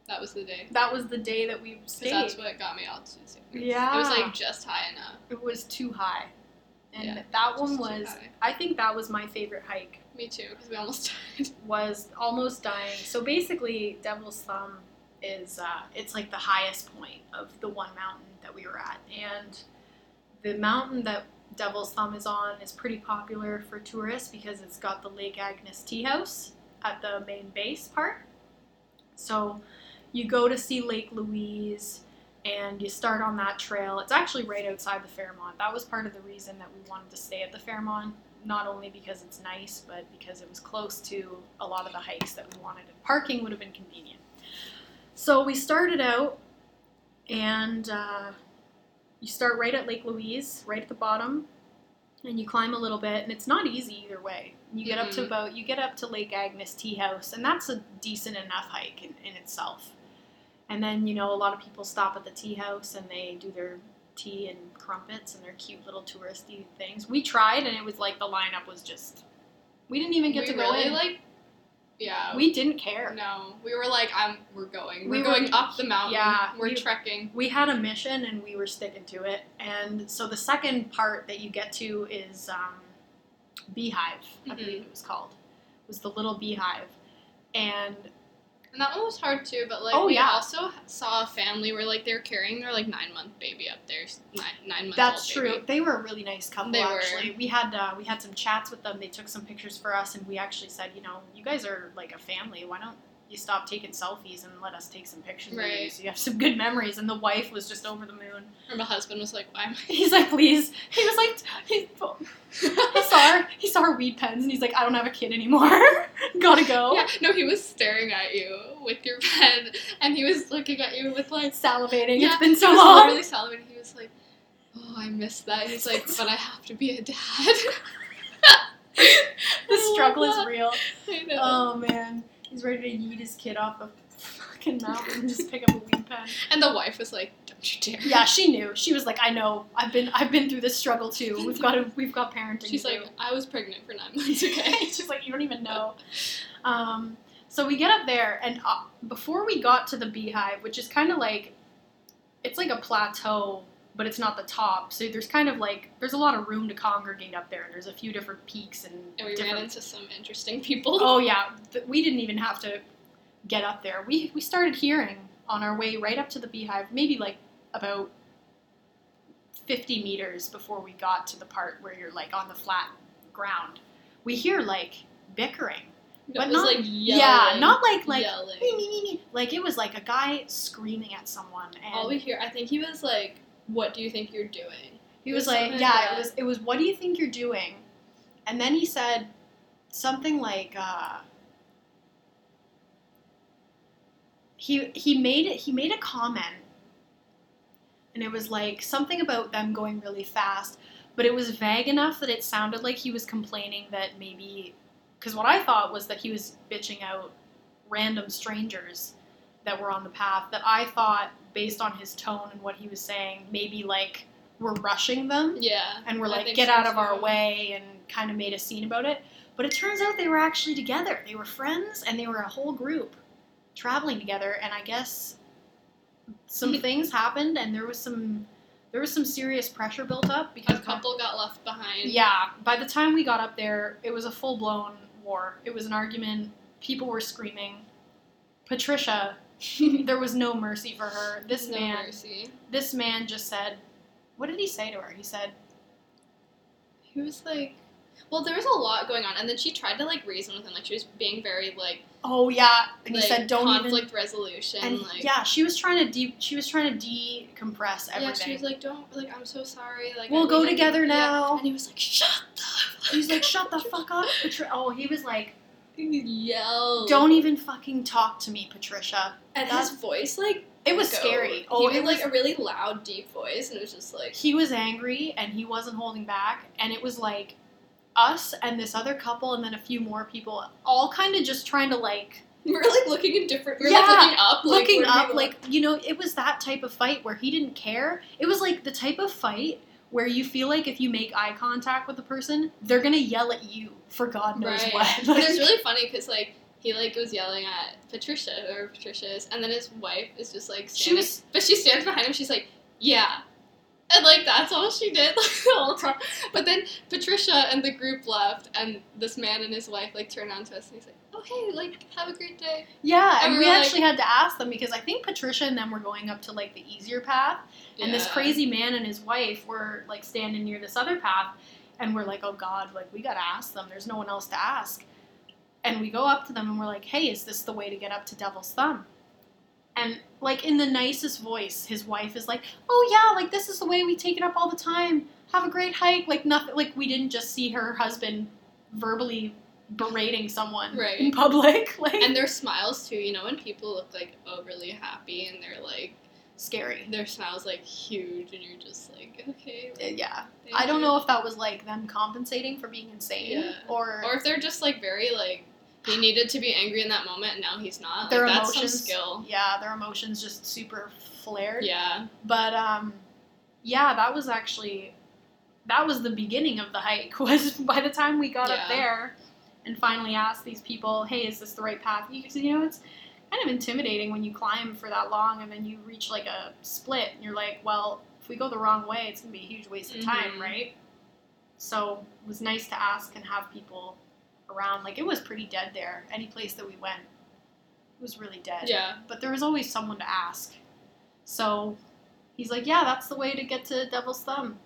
Speaker 1: That was the day.
Speaker 2: That was the day that we
Speaker 1: Because
Speaker 2: stayed.
Speaker 1: that's what got me out to sickness.
Speaker 2: Yeah.
Speaker 1: It was like just high enough.
Speaker 2: it was too high. And
Speaker 1: Yeah,
Speaker 2: that one
Speaker 1: just too
Speaker 2: was
Speaker 1: high.
Speaker 2: I think that was my favorite hike.
Speaker 1: Me too, because we almost died.
Speaker 2: Was almost dying. So basically Devil's Thumb is uh, it's like the highest point of the one mountain that we were at. And the mountain that Devil's Thumb is on is pretty popular for tourists because it's got the Lake Agnes Tea House at the main base part. So you go to see Lake Louise and you start on that trail. It's actually right outside the Fairmont. That was part of the reason that we wanted to stay at the Fairmont, not only because it's nice, but because it was close to a lot of the hikes that we wanted and parking would have been convenient. So we started out and uh, you start right at Lake Louise, right at the bottom, and you climb a little bit, and it's not easy either way. You get up to
Speaker 1: Mhm.
Speaker 2: about you get up to Lake Agnes Tea House, and that's a decent enough hike in, in itself. And then you know a lot of people stop at the tea house and they do their tea and crumpets and their cute little touristy things. We tried, and it was like the lineup was just we didn't even get
Speaker 1: we
Speaker 2: to go
Speaker 1: really
Speaker 2: in.
Speaker 1: like. Yeah.
Speaker 2: we didn't care.
Speaker 1: No, we were like, I'm. We're going.
Speaker 2: We
Speaker 1: We're
Speaker 2: were-
Speaker 1: going up the mountain.
Speaker 2: yeah,
Speaker 1: We're
Speaker 2: we-
Speaker 1: trekking.
Speaker 2: we had a mission and we were sticking to it. And so the second part that you get to is um, Beehive, I
Speaker 1: Mhm.
Speaker 2: believe it was called. It was the little beehive. And
Speaker 1: And that one was hard too, but like
Speaker 2: Oh,
Speaker 1: we
Speaker 2: yeah.
Speaker 1: also saw a family where like they were carrying their like nine month baby up there, s- nine nine month.
Speaker 2: that's true. They were a really nice couple
Speaker 1: They were.
Speaker 2: actually. We had uh, we had some chats with them. They took some pictures for us and we actually said, you know, you guys are like a family. Why don't you stop taking selfies and let us take some pictures of you
Speaker 1: Right.
Speaker 2: so you have some good memories? And the wife was just over the moon.
Speaker 1: And my husband was like, "Why am I?"
Speaker 2: He's like, please. He was like, he, He saw her, he saw her weed pens and he's like, I don't have a kid anymore. Gotta go.
Speaker 1: Yeah, no, he was staring at you with your pen, and he was looking at you with like.
Speaker 2: Salivating.
Speaker 1: Yeah,
Speaker 2: it's been so
Speaker 1: he was
Speaker 2: long.
Speaker 1: Literally salivating. He was like, "Oh, I miss that." He's like, "But I have to be a dad."
Speaker 2: the struggle is real.
Speaker 1: I know.
Speaker 2: Oh man. He's ready to yeet his kid off a fucking mountain and just pick up a weed pen.
Speaker 1: and the wife was like, "Don't you dare!"
Speaker 2: Yeah, she knew. She was like, I know. I've been I've been through this struggle too. We've got to, we've got parenting.
Speaker 1: She's
Speaker 2: to
Speaker 1: like,
Speaker 2: do."
Speaker 1: "I was pregnant for nine months." Okay.
Speaker 2: She's like, you don't even know. Um, so we get up there, and uh, before we got to the beehive, which is kind of like, it's like a plateau, but it's not the top. So there's kind of like, there's a lot of room to congregate up there. There's a few different peaks and,
Speaker 1: And we
Speaker 2: different.
Speaker 1: ran into some interesting people.
Speaker 2: oh yeah, th- we didn't even have to get up there. We we started hearing on our way right up to the beehive, maybe like about. 50 meters before we got to the part where you're like on the flat ground. We hear like bickering
Speaker 1: No, it
Speaker 2: but
Speaker 1: was
Speaker 2: not-
Speaker 1: like yelling.
Speaker 2: yeah, not like like
Speaker 1: yelling.
Speaker 2: "Me, me, me, me." like it was like a guy screaming at someone, and
Speaker 1: All we hear, I think he was like, "What do you think you're doing?" it
Speaker 2: he was
Speaker 1: was
Speaker 2: like,
Speaker 1: something
Speaker 2: yeah,
Speaker 1: like
Speaker 2: it
Speaker 1: that.
Speaker 2: was it was what do you think you're doing? And then he said something like uh, he he made he made a comment, and it was like something about them going really fast, but it was vague enough that it sounded like he was complaining that maybe because what I thought was that he was bitching out random strangers that were on the path that I thought based on his tone and what he was saying maybe like we're rushing them
Speaker 1: Yeah.
Speaker 2: and we're
Speaker 1: I
Speaker 2: like
Speaker 1: think
Speaker 2: get
Speaker 1: so,
Speaker 2: out of our
Speaker 1: too.
Speaker 2: way and kind of made a scene about it but it turns out they were actually together they were friends and they were a whole group traveling together and i guess some things happened and there was some there was some serious pressure built up
Speaker 1: A
Speaker 2: because
Speaker 1: couple got left behind.
Speaker 2: yeah by the time we got up there it was a full-blown war it was an argument people were screaming patricia there was no mercy for her this
Speaker 1: no
Speaker 2: man
Speaker 1: mercy.
Speaker 2: this man just said what did he say to her he said
Speaker 1: He was like, well, there was a lot going on, and then she tried to like reason with him, like she was being very like,
Speaker 2: Oh yeah, and
Speaker 1: like
Speaker 2: he said don't
Speaker 1: conflict
Speaker 2: even.
Speaker 1: resolution,
Speaker 2: And
Speaker 1: like
Speaker 2: yeah, she was trying to de- she was trying to decompress everything.
Speaker 1: yeah, she was like, don't like, I'm so sorry, like
Speaker 2: we'll
Speaker 1: I
Speaker 2: go
Speaker 1: wish I could-"
Speaker 2: together
Speaker 1: Yeah.
Speaker 2: now.
Speaker 1: And he was like, shut the. fuck
Speaker 2: He's like,
Speaker 1: up."
Speaker 2: shut the fuck up, Patricia. Oh, he was like,
Speaker 1: He yelled.
Speaker 2: don't even fucking talk to me, Patricia.
Speaker 1: And his voice like
Speaker 2: It was
Speaker 1: go-
Speaker 2: scary.
Speaker 1: he
Speaker 2: Oh,
Speaker 1: had
Speaker 2: it was
Speaker 1: like a really loud, deep voice, and it was just like,
Speaker 2: he was angry and he wasn't holding back and it was like us and this other couple and then a few more people all kind of just trying to like
Speaker 1: we were like looking in different, we were
Speaker 2: Yeah,
Speaker 1: like looking up, like,
Speaker 2: looking
Speaker 1: where do we
Speaker 2: up
Speaker 1: look?
Speaker 2: like you know it was that type of fight where he didn't care it was like the type of fight where you feel like if you make eye contact with the person they're gonna yell at you for god knows
Speaker 1: Right.
Speaker 2: what
Speaker 1: But
Speaker 2: Like,
Speaker 1: it's really funny because like he like was yelling at Patricia or Patricia's, and then his wife is just like standing,
Speaker 2: she was
Speaker 1: but she stands behind him. She's like, yeah, and like that's all she did like, the whole time. But then Patricia and the group left, and this man and his wife like turn on to us, and he's like, oh hey, like have a great day.
Speaker 2: yeah
Speaker 1: And
Speaker 2: and
Speaker 1: we
Speaker 2: we
Speaker 1: were like-
Speaker 2: actually had to ask them because i think patricia and them were going up to like the easier path and this
Speaker 1: Yeah.
Speaker 2: crazy man and his wife were like standing near this other path and we're like oh god like we gotta ask them there's no one else to ask and we go up to them and we're like hey is this the way to get up to devil's thumb and like in the nicest voice his wife is like oh yeah like this is the way we take it up all the time have a great hike like nothing like we didn't just see her husband verbally berating someone
Speaker 1: Right.
Speaker 2: in public like
Speaker 1: and their smiles too. You know when people look like overly happy and they're like
Speaker 2: scary
Speaker 1: their smiles like huge, and you're just like okay.
Speaker 2: Uh,
Speaker 1: Like,
Speaker 2: yeah
Speaker 1: thank
Speaker 2: i don't
Speaker 1: you."
Speaker 2: know if that was like them compensating for being insane
Speaker 1: Yeah.
Speaker 2: or
Speaker 1: Or if they're just like very like he needed to be angry in that moment and now he's not.
Speaker 2: their
Speaker 1: like that's some
Speaker 2: emotions
Speaker 1: skill.
Speaker 2: yeah their emotions just super flared
Speaker 1: Yeah.
Speaker 2: but um yeah that was actually that was the beginning of the hike was by the time we got
Speaker 1: Yeah.
Speaker 2: up there and finally asked these people hey is this the right path you, 'cause, you know it's kind of intimidating when you climb for that long and then you reach like a split and you're like well if we go the wrong way it's going to be a huge waste of time
Speaker 1: Mhm.
Speaker 2: right so it was nice to ask and have people around like it was pretty dead there any place that we went it was really dead
Speaker 1: Yeah.
Speaker 2: but there was always someone to ask. So he's like, Yeah, that's the way to get to Devil's Thumb.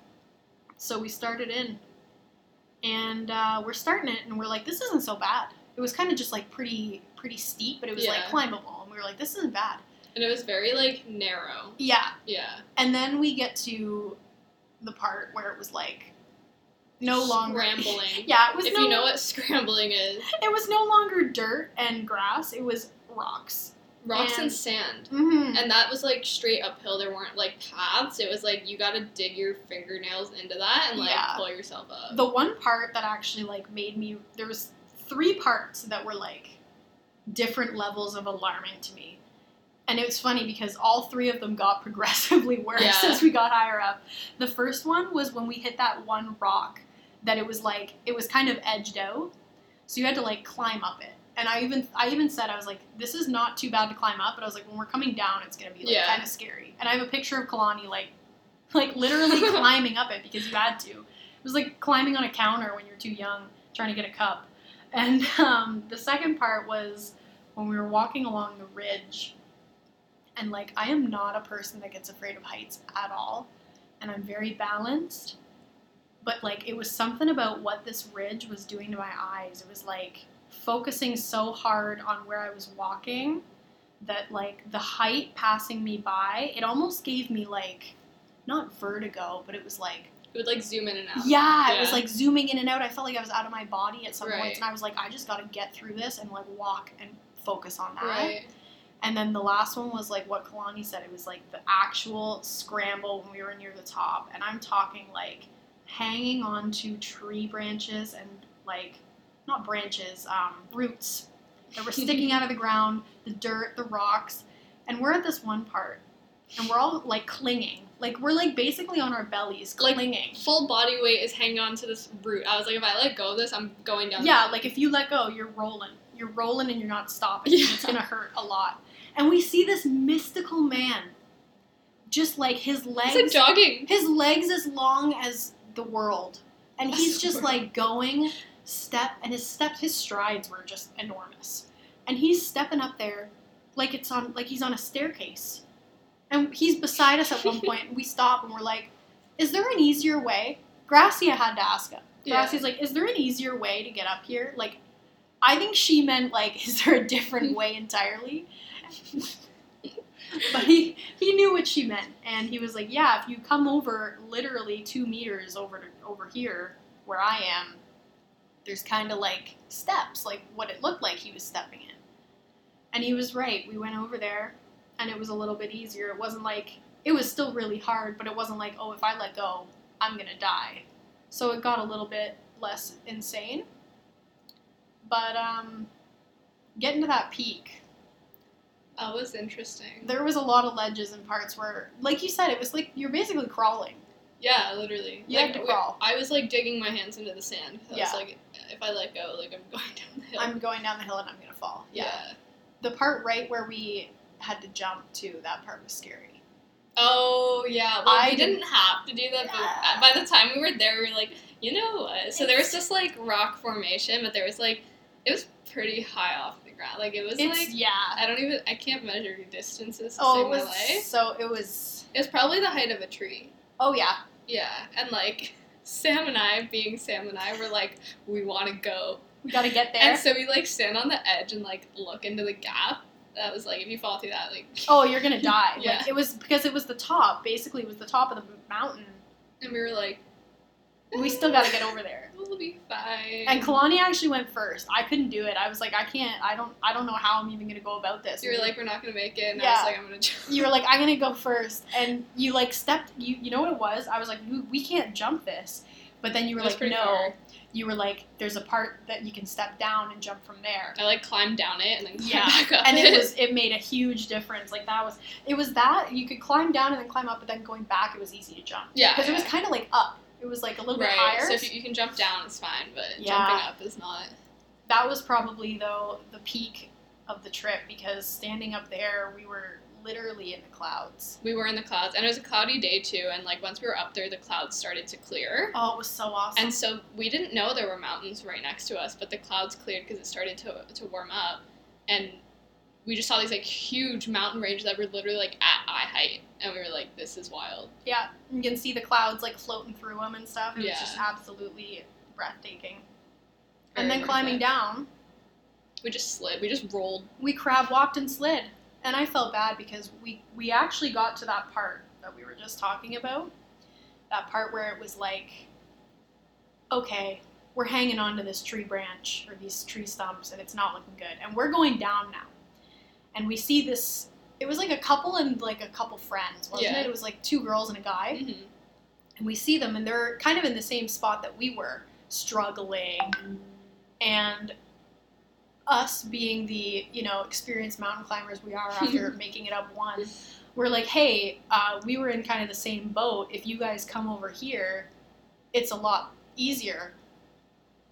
Speaker 2: So we started in. And uh, we're starting it, and we're like, This isn't so bad. It was kind of just like pretty, pretty steep, but it was like
Speaker 1: Yeah.
Speaker 2: climbable. And we were like, This isn't bad.
Speaker 1: And it was very like narrow.
Speaker 2: Yeah.
Speaker 1: Yeah.
Speaker 2: And then we get to the part where it was like, no longer.
Speaker 1: Scrambling.
Speaker 2: Yeah, it was
Speaker 1: If
Speaker 2: no
Speaker 1: you know what scrambling is.
Speaker 2: it was no longer dirt and grass. It was rocks.
Speaker 1: Rocks and,
Speaker 2: And-
Speaker 1: sand.
Speaker 2: Mm-hmm.
Speaker 1: And that was like straight uphill. There weren't like paths. It was like you gotta dig your fingernails into that and like
Speaker 2: Yeah.
Speaker 1: pull yourself up.
Speaker 2: the one part that actually like made me there was three parts that were like different levels of alarming to me and it was funny because all three of them got progressively worse
Speaker 1: Yeah.
Speaker 2: as we got higher up the first one was when we hit that one rock that it was like it was kind of edged out so you had to like climb up it and i even i even said i was like this is not too bad to climb up but i was like when we're coming down it's going to be like
Speaker 1: Yeah.
Speaker 2: kind of scary and i have a picture of kalani like like literally climbing up it because you had to it was like climbing on a counter when you're too young, trying to get a cup. And um, the second part was when we were walking along the ridge. And like, I am not a person that gets afraid of heights at all. And I'm very balanced. But like, it was something about what this ridge was doing to my eyes. It was like focusing so hard on where I was walking that like the height passing me by, it almost gave me like, not vertigo, but it was like,
Speaker 1: It would like zoom in and out.
Speaker 2: yeah, it was
Speaker 1: Oh, Yeah.
Speaker 2: like zooming in and out. I felt like I was out of my body at some
Speaker 1: Right.
Speaker 2: points, and I was like, I just got to get through this and like walk and focus on that.
Speaker 1: Right.
Speaker 2: And then the last one was like what Kalani said. It was like the actual scramble when we were near the top, and I'm talking like hanging on to tree branches and like not branches, um, roots that were sticking out of the ground, the dirt, the rocks, and we're at this one part, and we're all like clinging, like we're like basically on our bellies,
Speaker 1: Like,
Speaker 2: clinging.
Speaker 1: Full body weight is hanging on to this root. I was like, if I let go of this, I'm going down. the
Speaker 2: Yeah, like if you let go, you're rolling. You're rolling and you're not stopping.
Speaker 1: Yeah.
Speaker 2: It's gonna hurt a lot. And we see this mystical man, just like his legs,
Speaker 1: It's like jogging.
Speaker 2: his legs as long as the world, and he's just like going step, and his steps, his strides were just enormous, and he's stepping up there, like it's on, like he's on a staircase, and he's beside us at one point, and we stop and we're like, "Is there an easier way?" Gracia had to ask him.
Speaker 1: Yeah.
Speaker 2: Gracia's like, is there an easier way to get up here? Like, I think she meant like, is there a different way entirely? but he he knew what she meant, and he was like, yeah, if you come over literally two meters over to over here where I am, there's kind of like steps, like what it looked like he was stepping in. And he was right. We went over there, and it was a little bit easier. It wasn't like it was still really hard, but it wasn't like, oh, if I let go, I'm gonna die so it got a little bit less insane. But um, getting to that peak,
Speaker 1: That was interesting.
Speaker 2: there was a lot of ledges and parts where, like you said, it was like you're basically crawling.
Speaker 1: Yeah, literally.
Speaker 2: You
Speaker 1: like,
Speaker 2: have to
Speaker 1: we-
Speaker 2: crawl.
Speaker 1: I was like digging my hands into the sand. 'cause I
Speaker 2: Yeah.
Speaker 1: was like, if I let go, like I'm going down the hill.
Speaker 2: I'm going down the hill and I'm gonna fall.
Speaker 1: yeah.
Speaker 2: The part right where we had to jump to, that part was scary.
Speaker 1: Oh yeah. Well,
Speaker 2: I
Speaker 1: we didn't have to do that, but
Speaker 2: Yeah.
Speaker 1: by the time we were there, we were like, you know what? So there was this like rock formation, but there was like, it was pretty high off the ground. Like it was
Speaker 2: It's
Speaker 1: like
Speaker 2: yeah.
Speaker 1: I don't even I can't measure distances to
Speaker 2: Oh,
Speaker 1: save
Speaker 2: it
Speaker 1: my
Speaker 2: was
Speaker 1: life.
Speaker 2: so it was.
Speaker 1: It was probably the height of a tree.
Speaker 2: Oh yeah,
Speaker 1: Yeah, and like Sam and I, being Sam and I, were like, we want to go,
Speaker 2: we gotta get there.
Speaker 1: and so we like stand on the edge and like look into the gap. That was like if you fall through that, like
Speaker 2: oh, you're gonna die.
Speaker 1: Yeah.
Speaker 2: Like it was because it was the top. Basically, it was the top of the mountain.
Speaker 1: and we were like,
Speaker 2: We still gotta get over there.
Speaker 1: We'll be fine.
Speaker 2: And Kalani actually went first. I couldn't do it. I was like, I can't. I don't. I don't know how I'm even gonna go about this.
Speaker 1: You were like, we're not gonna make it. And I
Speaker 2: Yeah.
Speaker 1: was like, I'm gonna jump.
Speaker 2: you were like, I'm gonna go first, and you like stepped. You you know what it was? I was like, we, we can't jump this. But then you were
Speaker 1: It was
Speaker 2: like,
Speaker 1: pretty
Speaker 2: no.
Speaker 1: far.
Speaker 2: You were like, there's a part that you can step down and jump from there.
Speaker 1: I like climbed down it and then climbed
Speaker 2: Yeah,
Speaker 1: back up.
Speaker 2: And it was it made a huge difference. Like that was it was that you could climb down and then climb up, but then going back it was easy to jump
Speaker 1: yeah,
Speaker 2: because it was
Speaker 1: yeah.
Speaker 2: kind of like up. It was like a little
Speaker 1: right.
Speaker 2: bit higher.
Speaker 1: So if you, you can jump down, it's fine, but
Speaker 2: Yeah.
Speaker 1: jumping up is not.
Speaker 2: that was probably though the peak of the trip because standing up there we were literally in the clouds
Speaker 1: We were in the clouds, and it was a cloudy day too. And like once we were up there, the clouds started to clear.
Speaker 2: oh it was so awesome
Speaker 1: And so we didn't know there were mountains right next to us, but the clouds cleared because it started to, to warm up. And we just saw these like huge mountain ranges that were literally like at eye height. And we were like, this is wild.
Speaker 2: yeah you can see the clouds like floating through them and stuff it was
Speaker 1: Yeah.
Speaker 2: just absolutely breathtaking
Speaker 1: Very
Speaker 2: and then
Speaker 1: worth
Speaker 2: climbing
Speaker 1: it.
Speaker 2: down
Speaker 1: We just slid. We just rolled.
Speaker 2: we crab walked and slid and i felt bad because we we actually got to that part that we were just talking about that part where it was like okay we're hanging on to this tree branch or these tree stumps and it's not looking good and we're going down now and we see this it was like a couple and like a couple friends wasn't
Speaker 1: Yeah.
Speaker 2: it it was like two girls and a guy
Speaker 1: Mhm.
Speaker 2: and we see them and they're kind of in the same spot that we were struggling and us being the you know experienced mountain climbers we are after making it up one we're like hey uh, we were in kind of the same boat if you guys come over here it's a lot easier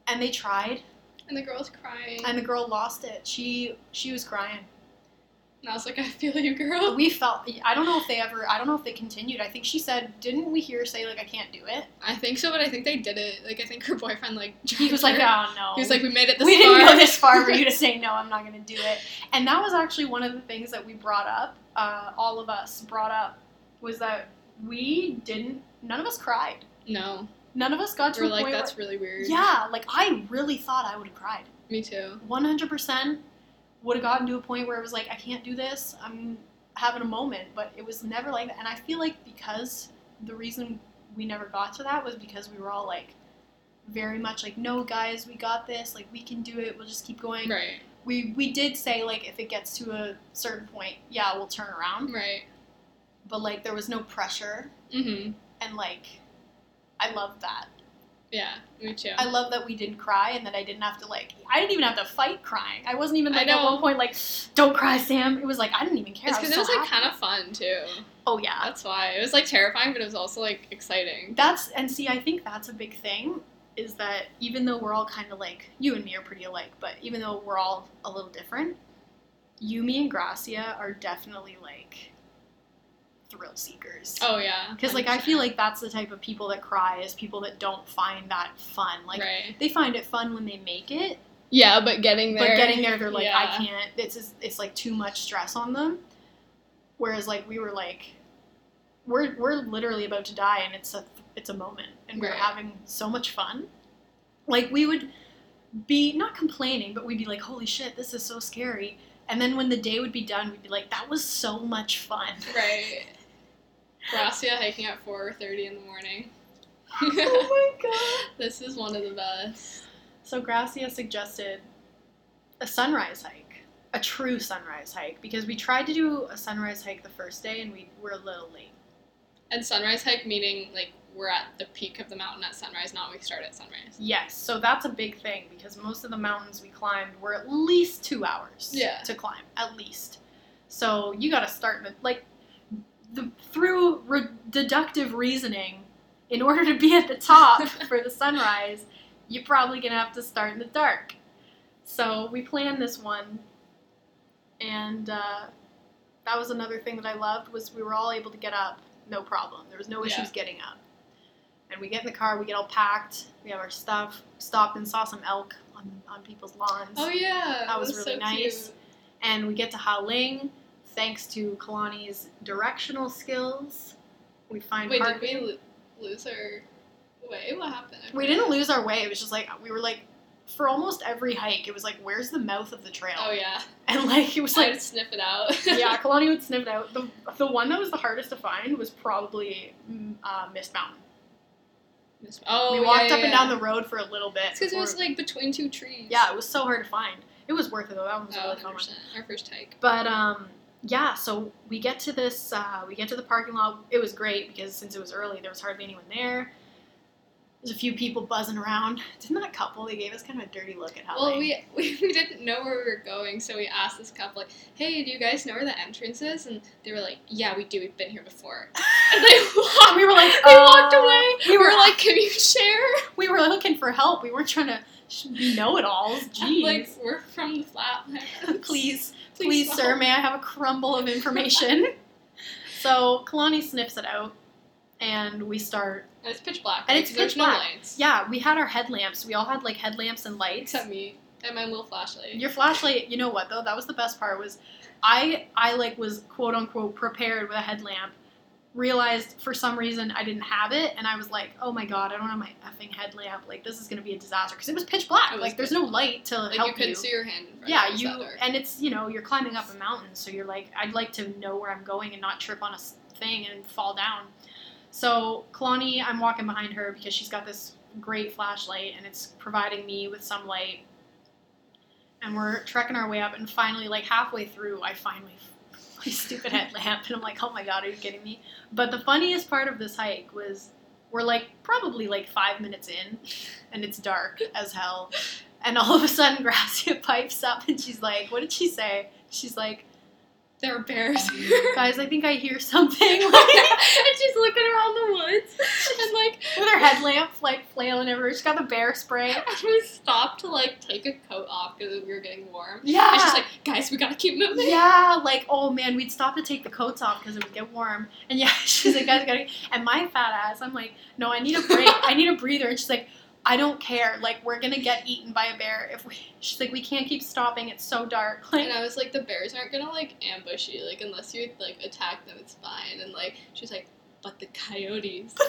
Speaker 2: and they tried
Speaker 1: And the girl's crying.
Speaker 2: and the girl lost it she she was crying
Speaker 1: And I was like, I feel you, girl.
Speaker 2: we felt i don't know if they ever i don't know if they continued i think she said didn't we hear her say like i can't do it
Speaker 1: I think so, but I think they did it. Like, I think her boyfriend, like,
Speaker 2: he was like
Speaker 1: dragged her.
Speaker 2: oh no
Speaker 1: He was like, we made it this
Speaker 2: we
Speaker 1: far.
Speaker 2: didn't go this far for you to say no i'm not going to do it and that was actually one of the things that we brought up uh, all of us brought up was that we didn't none of us cried
Speaker 1: No.
Speaker 2: none of us got to
Speaker 1: We're
Speaker 2: a
Speaker 1: like,
Speaker 2: point
Speaker 1: that's really weird.
Speaker 2: where, yeah like i really thought i would have cried
Speaker 1: Me too.
Speaker 2: 100% would have gotten to a point where it was like i can't do this i'm having a moment but it was never like that and i feel like because the reason we never got to that was because we were all like very much like no guys we got this like we can do it we'll just keep going
Speaker 1: Right.
Speaker 2: we we did say like if it gets to a certain point, yeah, we'll turn around.
Speaker 1: Right.
Speaker 2: But like there was no pressure
Speaker 1: Mm hmm.
Speaker 2: and like I love that.
Speaker 1: Yeah, me too.
Speaker 2: I love that we didn't cry and that I didn't have to like I didn't even have to fight crying. I wasn't even
Speaker 1: I
Speaker 2: like at
Speaker 1: know.
Speaker 2: one point like don't cry, Sam. It was like I didn't even care.
Speaker 1: It's
Speaker 2: I
Speaker 1: because it
Speaker 2: so
Speaker 1: was like
Speaker 2: happy.
Speaker 1: kind of fun too.
Speaker 2: oh yeah.
Speaker 1: That's why it was like terrifying, but it was also like exciting.
Speaker 2: That's and see I think that's a big thing is that even though we're all kind of like you and me are pretty alike, but even though we're all a little different, you, me, and Gracia are definitely like thrill seekers.
Speaker 1: Oh yeah,
Speaker 2: Because like I feel like that's the type of people that cry is people that don't find that fun. Like
Speaker 1: right.
Speaker 2: they find it fun when they make it,
Speaker 1: Yeah, but getting there.
Speaker 2: but getting there they're like
Speaker 1: Yeah.
Speaker 2: I can't. It's just, it's like too much stress on them. Whereas like we were like, we're we're literally about to die and it's a it's a moment and we're
Speaker 1: Right.
Speaker 2: having so much fun. Like we would be not complaining, but we'd be like, holy shit, this is so scary. And then when the day would be done, we'd be like, that was so much fun.
Speaker 1: Right. Gracia hiking at four thirty in the morning.
Speaker 2: oh my god.
Speaker 1: this is one of the best.
Speaker 2: So Gracia suggested a sunrise hike, a true sunrise hike, because we tried to do a sunrise hike the first day and we were a little late.
Speaker 1: And sunrise hike meaning like we're at the peak of the mountain at sunrise, not we start at sunrise.
Speaker 2: Yes, so that's a big thing because most of the mountains we climbed were at least two hours
Speaker 1: Yeah.
Speaker 2: to climb, at least. So you got to start with like the through re- deductive reasoning, in order to be at the top for the sunrise, you're probably gonna have to start in the dark. So we planned this one, and uh, that was another thing that I loved was we were all able to get up, no problem. There was no issues
Speaker 1: Yeah.
Speaker 2: getting up. And we get in the car, we get all packed, we have our stuff, stopped and saw some elk on, on people's lawns.
Speaker 1: Oh yeah,
Speaker 2: That was
Speaker 1: that's
Speaker 2: really
Speaker 1: so
Speaker 2: nice.
Speaker 1: cute.
Speaker 2: And we get to Howling, thanks to Kalani's directional skills. We find
Speaker 1: Wait, did
Speaker 2: parking.
Speaker 1: we lo- lose our way? What happened? I
Speaker 2: We
Speaker 1: forget.
Speaker 2: didn't lose our way. It was just like we were like for almost every hike, it was like where's the mouth of the trail?
Speaker 1: Oh yeah,
Speaker 2: And like it was
Speaker 1: I
Speaker 2: like
Speaker 1: would sniff it out.
Speaker 2: yeah, Kalani would sniff it out. The the one that was the hardest to find was probably mm, uh, Mist Mountain.
Speaker 1: Oh,
Speaker 2: we
Speaker 1: yeah,
Speaker 2: walked
Speaker 1: yeah,
Speaker 2: up and
Speaker 1: yeah.
Speaker 2: down the road for a little bit.
Speaker 1: It's because it
Speaker 2: before-
Speaker 1: was like between two trees.
Speaker 2: yeah, it was so hard to find. It was worth it though. That one was a
Speaker 1: Oh,
Speaker 2: really fun one.
Speaker 1: 100%. Our first hike.
Speaker 2: But um, yeah, so we get to this, uh, we get to the parking lot. It was great because since it was early, there was hardly anyone there. There's a few people buzzing around. Didn't that couple? They gave us kind of a dirty look at how.
Speaker 1: Well, we, we we didn't know where we were going, so we asked this couple, like, "Hey, do you guys know where the entrance is?" And they were like, "Yeah, we do. We've been here before." And they walked.
Speaker 2: we were like,
Speaker 1: they walked
Speaker 2: uh,
Speaker 1: away.
Speaker 2: We
Speaker 1: We
Speaker 2: were
Speaker 1: were like, "Can you share?"
Speaker 2: we were looking for help. We weren't trying to sh- be know-it-alls. Jeez,
Speaker 1: Like, we're from the flatlands.
Speaker 2: please, please,
Speaker 1: Please
Speaker 2: sir,
Speaker 1: help.
Speaker 2: may I have a crumble of information? so Kalani sniffs it out, and we start.
Speaker 1: And it's pitch black.
Speaker 2: And
Speaker 1: right?
Speaker 2: it's
Speaker 1: 'Cause there's
Speaker 2: pitch
Speaker 1: no
Speaker 2: black.
Speaker 1: lights.
Speaker 2: Yeah, we had our headlamps. We all had like headlamps and lights.
Speaker 1: Except me and my little flashlight.
Speaker 2: Your flashlight, you know what though? That was the best part was I I like was quote unquote prepared with a headlamp. Realized for some reason I didn't have it, and I was like, "Oh my god, I don't have my effing headlamp! Like this is gonna be a disaster because it was pitch black.
Speaker 1: It was
Speaker 2: like there's
Speaker 1: pitch
Speaker 2: no light to
Speaker 1: like
Speaker 2: help
Speaker 1: you couldn't see your hand. in front
Speaker 2: yeah,
Speaker 1: of
Speaker 2: you
Speaker 1: It was that dark.
Speaker 2: and it's you know you're climbing up a mountain, so you're like, I'd like to know where I'm going and not trip on a s- thing and fall down. So Kalani, I'm walking behind her because she's got this great flashlight and it's providing me with some light. And we're trekking our way up, and finally, like halfway through, I find my my stupid headlamp, and I'm like, oh my god, are you kidding me? But the funniest part of this hike was we're like probably like five minutes in, and it's dark as hell. And all of a sudden, Gracia pipes up and she's like, What did she say? She's like,
Speaker 1: there are bears here.
Speaker 2: Guys, I think I hear something. Like,
Speaker 1: and she's looking around the woods and like
Speaker 2: with her headlamp like flailing everywhere. She's got the bear spray.
Speaker 1: we stopped to like take a coat off because we were getting warm.
Speaker 2: Yeah.
Speaker 1: And she's like, guys, we gotta keep moving.
Speaker 2: Yeah, like oh man, we'd stop to take the coats off because it would get warm. And yeah, she's like, guys, gotta. And my fat ass, I'm like, no, I need a break. I need a breather. And she's like, I don't care. Like we're gonna get eaten by a bear if we. She's like, we can't keep stopping. It's so dark. Like
Speaker 1: And I was like, the bears aren't gonna like ambush you, like unless you like attack them, it's fine. And like she's like, but the coyotes.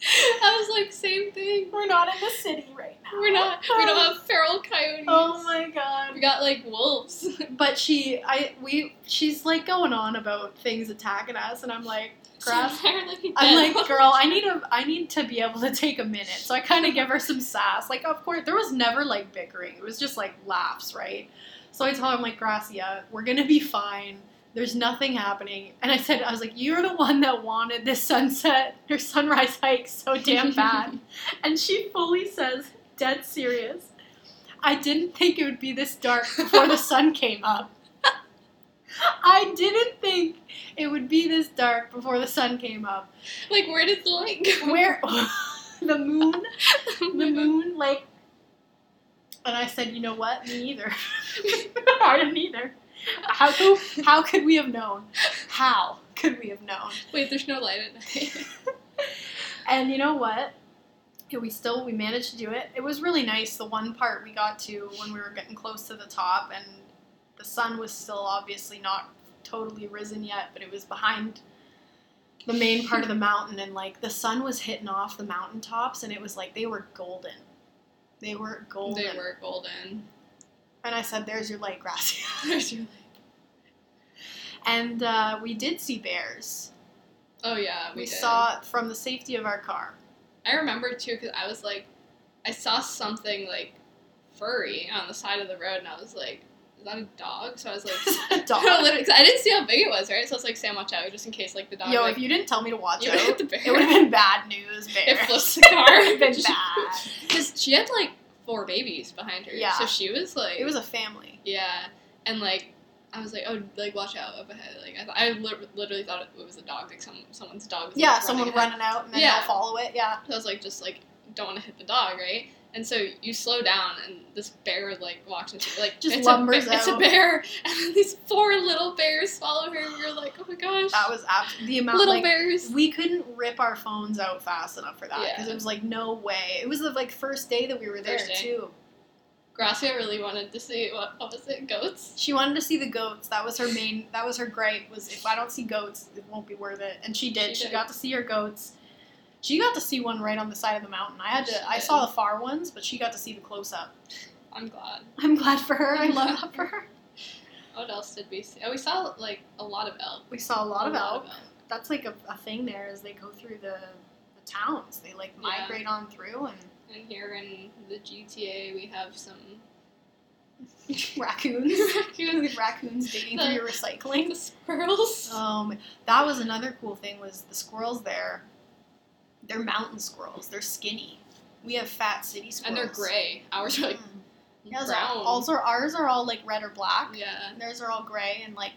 Speaker 1: I was like, same thing.
Speaker 2: we're not in the city right now.
Speaker 1: We're not. We don't have feral coyotes.
Speaker 2: Oh my god.
Speaker 1: We got like wolves.
Speaker 2: But she, I, we, she's like going on about things attacking us, and I'm like, grass.
Speaker 1: They're, like,
Speaker 2: I'm
Speaker 1: dead.
Speaker 2: like, girl, I need a, I need to be able to take a minute. So I kind of give her some sass. Like, of course, there was never like bickering. It was just like laughs, right? So I tell her, I'm like, Gracia, we're gonna be fine. There's nothing happening. And I said, I was like, you're the one that wanted this sunset or sunrise hike so damn bad. and she fully says, dead serious, I didn't think it would be this dark before the sun came up. I didn't think it would be this dark before the sun came up.
Speaker 1: Like, where did the light go?
Speaker 2: Where the moon, the moon, like. And I said, you know what? Me either. I didn't either. How could, how could we have known? How could we have known?
Speaker 1: Wait, there's no light at night.
Speaker 2: And you know what? Yeah, We still we managed to do it. It was really nice. The one part we got to when we were getting close to the top, and the sun was still obviously not totally risen yet, but it was behind the main part of the mountain, and like the sun was hitting off the mountaintops, and it was like they were golden. They were golden.
Speaker 1: They were golden.
Speaker 2: And I said, "There's your light, Gracia."
Speaker 1: There's your light.
Speaker 2: and uh, we did see bears.
Speaker 1: Oh yeah, we,
Speaker 2: we
Speaker 1: did.
Speaker 2: saw it from the safety of our car.
Speaker 1: I remember too because I was like, I saw something like furry on the side of the road, and I was like, "Is that a dog?" So I was like,
Speaker 2: a dog.
Speaker 1: No, literally, 'cause I didn't see how big it was, right? So I was like, "Sam, watch out, just in case like the dog
Speaker 2: Yo,
Speaker 1: like
Speaker 2: if you didn't tell me to watch
Speaker 1: you
Speaker 2: out,
Speaker 1: hit the bear,
Speaker 2: It would have been bad news, bear.
Speaker 1: it flips the car."
Speaker 2: It would've been bad.
Speaker 1: Because she had like four babies behind her,
Speaker 2: Yeah.
Speaker 1: so she was like,
Speaker 2: It was a family.
Speaker 1: yeah, and like. I was like, oh, like watch out up ahead. Like I, th- I lit- literally thought it was a dog, like some someone's dog. Was, like,
Speaker 2: Yeah, someone
Speaker 1: ahead.
Speaker 2: running out and then
Speaker 1: Yeah.
Speaker 2: they'll follow it. Yeah.
Speaker 1: So I was like, just like, don't want to hit the dog, right? And so you slow down, and this bear like walks into like
Speaker 2: Just
Speaker 1: it's
Speaker 2: lumbers
Speaker 1: a, ba- It's a
Speaker 2: out.
Speaker 1: bear, and these four little bears follow her. And we were like, oh my gosh,
Speaker 2: That was abs- the amount
Speaker 1: little
Speaker 2: like,
Speaker 1: bears.
Speaker 2: we couldn't rip our phones out fast enough for that
Speaker 1: Yeah.
Speaker 2: because it was like no way. It was the like first day that we were there
Speaker 1: First day.
Speaker 2: too.
Speaker 1: Gracia really wanted to see what, what was it, goats?
Speaker 2: She wanted to see the goats. That was her main. That was her gripe. Was if I don't see goats, it won't be worth it. And she did.
Speaker 1: She
Speaker 2: She,
Speaker 1: did.
Speaker 2: got to see her goats. She got to see one right on the side of the mountain. I had to.
Speaker 1: She
Speaker 2: I
Speaker 1: did.
Speaker 2: saw the far ones, but she got to see the close up.
Speaker 1: I'm glad.
Speaker 2: I'm glad for her. I love that for her.
Speaker 1: What else did we see? Oh, we saw like a lot of elk.
Speaker 2: We saw a lot of elk. That's like a, a thing there as they go through the, the towns. They like
Speaker 1: Yeah.
Speaker 2: migrate on through and
Speaker 1: And here in the GTA, we have some
Speaker 2: raccoons.
Speaker 1: raccoons,
Speaker 2: raccoons digging through your recycling.
Speaker 1: the squirrels.
Speaker 2: Um, that was another cool thing was the squirrels there. They're mountain squirrels. They're skinny. We have fat city
Speaker 1: and
Speaker 2: squirrels.
Speaker 1: they're gray. Ours are like
Speaker 2: Mm. Yeah, so
Speaker 1: brown.
Speaker 2: ours are, ours are all like red or black.
Speaker 1: yeah.
Speaker 2: And theirs are all gray and like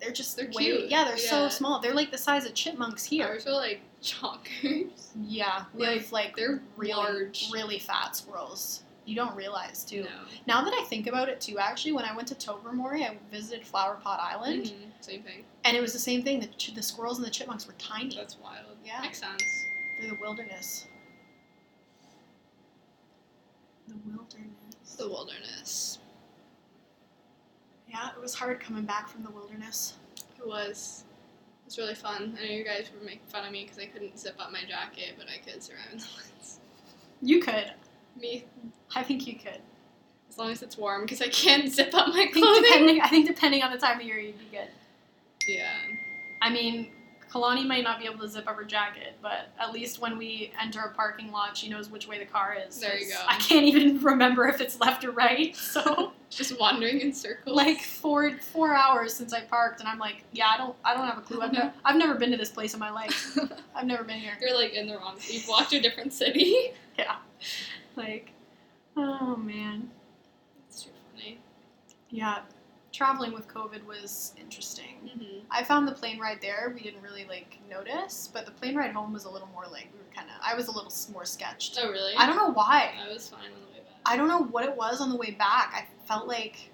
Speaker 2: they're just
Speaker 1: They're
Speaker 2: way-
Speaker 1: cute.
Speaker 2: Yeah, they're
Speaker 1: Yeah.
Speaker 2: so small. They're like the size of chipmunks here.
Speaker 1: Ours are like chonkers.
Speaker 2: Yeah, we
Speaker 1: Like,
Speaker 2: have like
Speaker 1: they're
Speaker 2: really,
Speaker 1: large.
Speaker 2: really fat squirrels. You don't realize too.
Speaker 1: No.
Speaker 2: Now that I think about it too, actually, when I went to Tobermory, I visited Flower Pot Island,
Speaker 1: Mhm, Same thing.
Speaker 2: and it was the same thing. The, ch- the squirrels and the chipmunks were tiny.
Speaker 1: That's wild.
Speaker 2: Yeah.
Speaker 1: Makes sense.
Speaker 2: They're the wilderness. The wilderness.
Speaker 1: The wilderness.
Speaker 2: Yeah, it was hard coming back from the wilderness.
Speaker 1: It was. It was really fun. I know you guys were making fun of me because I couldn't zip up my jacket, but I could survive in the woods.
Speaker 2: You could.
Speaker 1: Me,
Speaker 2: I think you could.
Speaker 1: as long as it's warm, because I can't zip up my
Speaker 2: I think,
Speaker 1: clothing.
Speaker 2: depending, I think depending on the time of year, you'd be good.
Speaker 1: Yeah.
Speaker 2: I mean, Kalani might not be able to zip up her jacket, but at least when we enter a parking lot, she knows which way the car is.
Speaker 1: There you
Speaker 2: 'cause
Speaker 1: go.
Speaker 2: I can't even remember if it's left or right. So
Speaker 1: Just wandering in circles.
Speaker 2: like four four hours since I parked, and I'm like, yeah, I don't I don't have a clue. I've,
Speaker 1: No.
Speaker 2: ne- I've never been to this place in my life. I've never been here.
Speaker 1: You're like in the wrong. You've walked to a different city.
Speaker 2: Like, oh man,
Speaker 1: It's too funny.
Speaker 2: yeah. Traveling with COVID was interesting.
Speaker 1: hmm
Speaker 2: I found the plane ride there. We didn't really like notice, but the plane ride home was a little more like we were kind of. I was a little s- more sketched.
Speaker 1: Oh really?
Speaker 2: I don't know why.
Speaker 1: I was fine on the way back.
Speaker 2: I don't know what it was on the way back. I felt like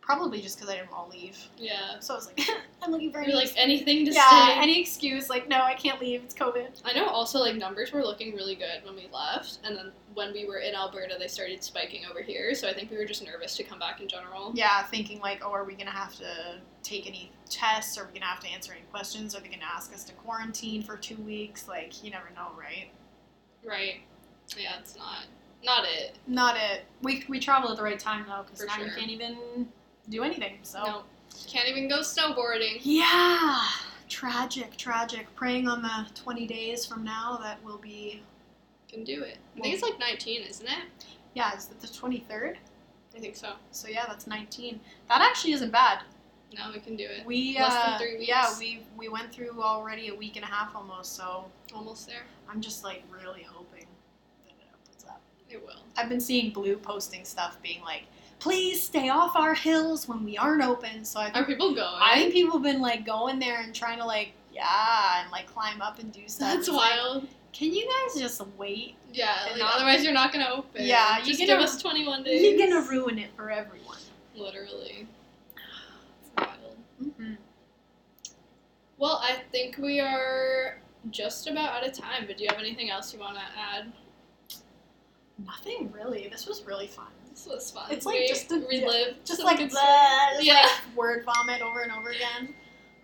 Speaker 2: probably just because I didn't want to leave.
Speaker 1: yeah.
Speaker 2: So I was like, I'm looking for
Speaker 1: You're
Speaker 2: any
Speaker 1: like anything to
Speaker 2: yeah,
Speaker 1: say.
Speaker 2: any excuse. Like, no, I can't leave. It's COVID.
Speaker 1: I know also like numbers were looking really good when we left, and then when we were in Alberta, they started spiking over here. So I think we were just nervous to come back in general.
Speaker 2: Yeah, thinking like, oh, are we gonna have to take any tests? Are we gonna have to answer any questions? Are they gonna ask us to quarantine for two weeks? Like, you never know, right?
Speaker 1: Right? Yeah, it's not not it.
Speaker 2: Not it. We we travel at the right time though, because
Speaker 1: For
Speaker 2: now you
Speaker 1: sure.
Speaker 2: can't even do anything. So
Speaker 1: No, can't even go snowboarding.
Speaker 2: Yeah. Tragic, tragic. Praying on the 20 days from now that will be.
Speaker 1: Can do it. I think it's like 19, isn't it?
Speaker 2: Yeah, is it the 23rd?
Speaker 1: I think so.
Speaker 2: So yeah, that's 19. That actually isn't bad.
Speaker 1: Now we can do it.
Speaker 2: We
Speaker 1: Less than
Speaker 2: uh,
Speaker 1: three
Speaker 2: Yeah,
Speaker 1: weeks.
Speaker 2: we we went through already a week and a half almost. So
Speaker 1: Almost there.
Speaker 2: I'm just like really hoping that it opens up.
Speaker 1: It will.
Speaker 2: I've been seeing Blue posting stuff being like, "Please stay off our hills when we aren't open." So I
Speaker 1: Are
Speaker 2: think,
Speaker 1: people going?
Speaker 2: I think people have been like going there and trying to like yeah and like climb up and do stuff.
Speaker 1: That's
Speaker 2: It's like,
Speaker 1: wild.
Speaker 2: Can you guys just wait?
Speaker 1: Yeah,
Speaker 2: And
Speaker 1: like,
Speaker 2: I-
Speaker 1: otherwise you're not gonna open.
Speaker 2: Yeah, you're
Speaker 1: just
Speaker 2: gonna-
Speaker 1: give us 21 days.
Speaker 2: You're gonna ruin it for everyone.
Speaker 1: Literally. It's wild.
Speaker 2: Mm-hmm.
Speaker 1: Well, I think we are just about out of time. But do you have anything else you want to add?
Speaker 2: Nothing really. This was really fun.
Speaker 1: This was fun.
Speaker 2: It's like
Speaker 1: We
Speaker 2: just a-
Speaker 1: relived
Speaker 2: Just
Speaker 1: some
Speaker 2: like
Speaker 1: good
Speaker 2: the
Speaker 1: stuff. yeah,
Speaker 2: word vomit over and over again.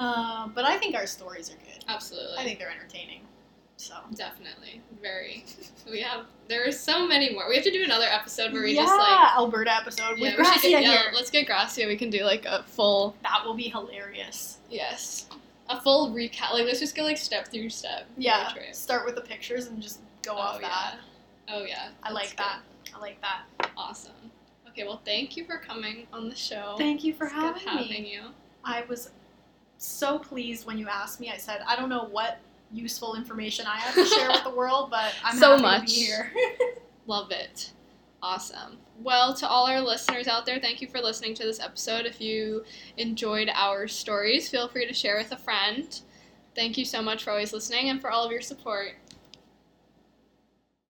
Speaker 2: Uh, but I think our stories are good.
Speaker 1: absolutely.
Speaker 2: I think they're entertaining. So
Speaker 1: Definitely. Very. We have. There are so many more. We have to do another episode where we
Speaker 2: yeah,
Speaker 1: just like.
Speaker 2: Alberta episode
Speaker 1: Yeah,
Speaker 2: with
Speaker 1: we should
Speaker 2: Gracia
Speaker 1: get- yeah,
Speaker 2: here.
Speaker 1: let's get Gracia. We can do like a full.
Speaker 2: That will be hilarious.
Speaker 1: Yes. A full recap. Like let's just go like step through step.
Speaker 2: Yeah,
Speaker 1: Road trip.
Speaker 2: start with the pictures and just go
Speaker 1: Oh
Speaker 2: off that.
Speaker 1: yeah. Oh yeah.
Speaker 2: I
Speaker 1: That's
Speaker 2: like that. I like that.
Speaker 1: good. Awesome. Okay. Well, thank you for coming on the show.
Speaker 2: Thank you for
Speaker 1: It's
Speaker 2: having,
Speaker 1: good having
Speaker 2: me.
Speaker 1: you.
Speaker 2: I was so pleased when you asked me. I said I don't know what useful information I have to share with the world, but I'm
Speaker 1: So
Speaker 2: happy
Speaker 1: much.
Speaker 2: to be here.
Speaker 1: Love it. Awesome. Well, to all our listeners out there, thank you for listening to this episode. If you enjoyed our stories, feel free to share with a friend. Thank you so much for always listening and for all of your support.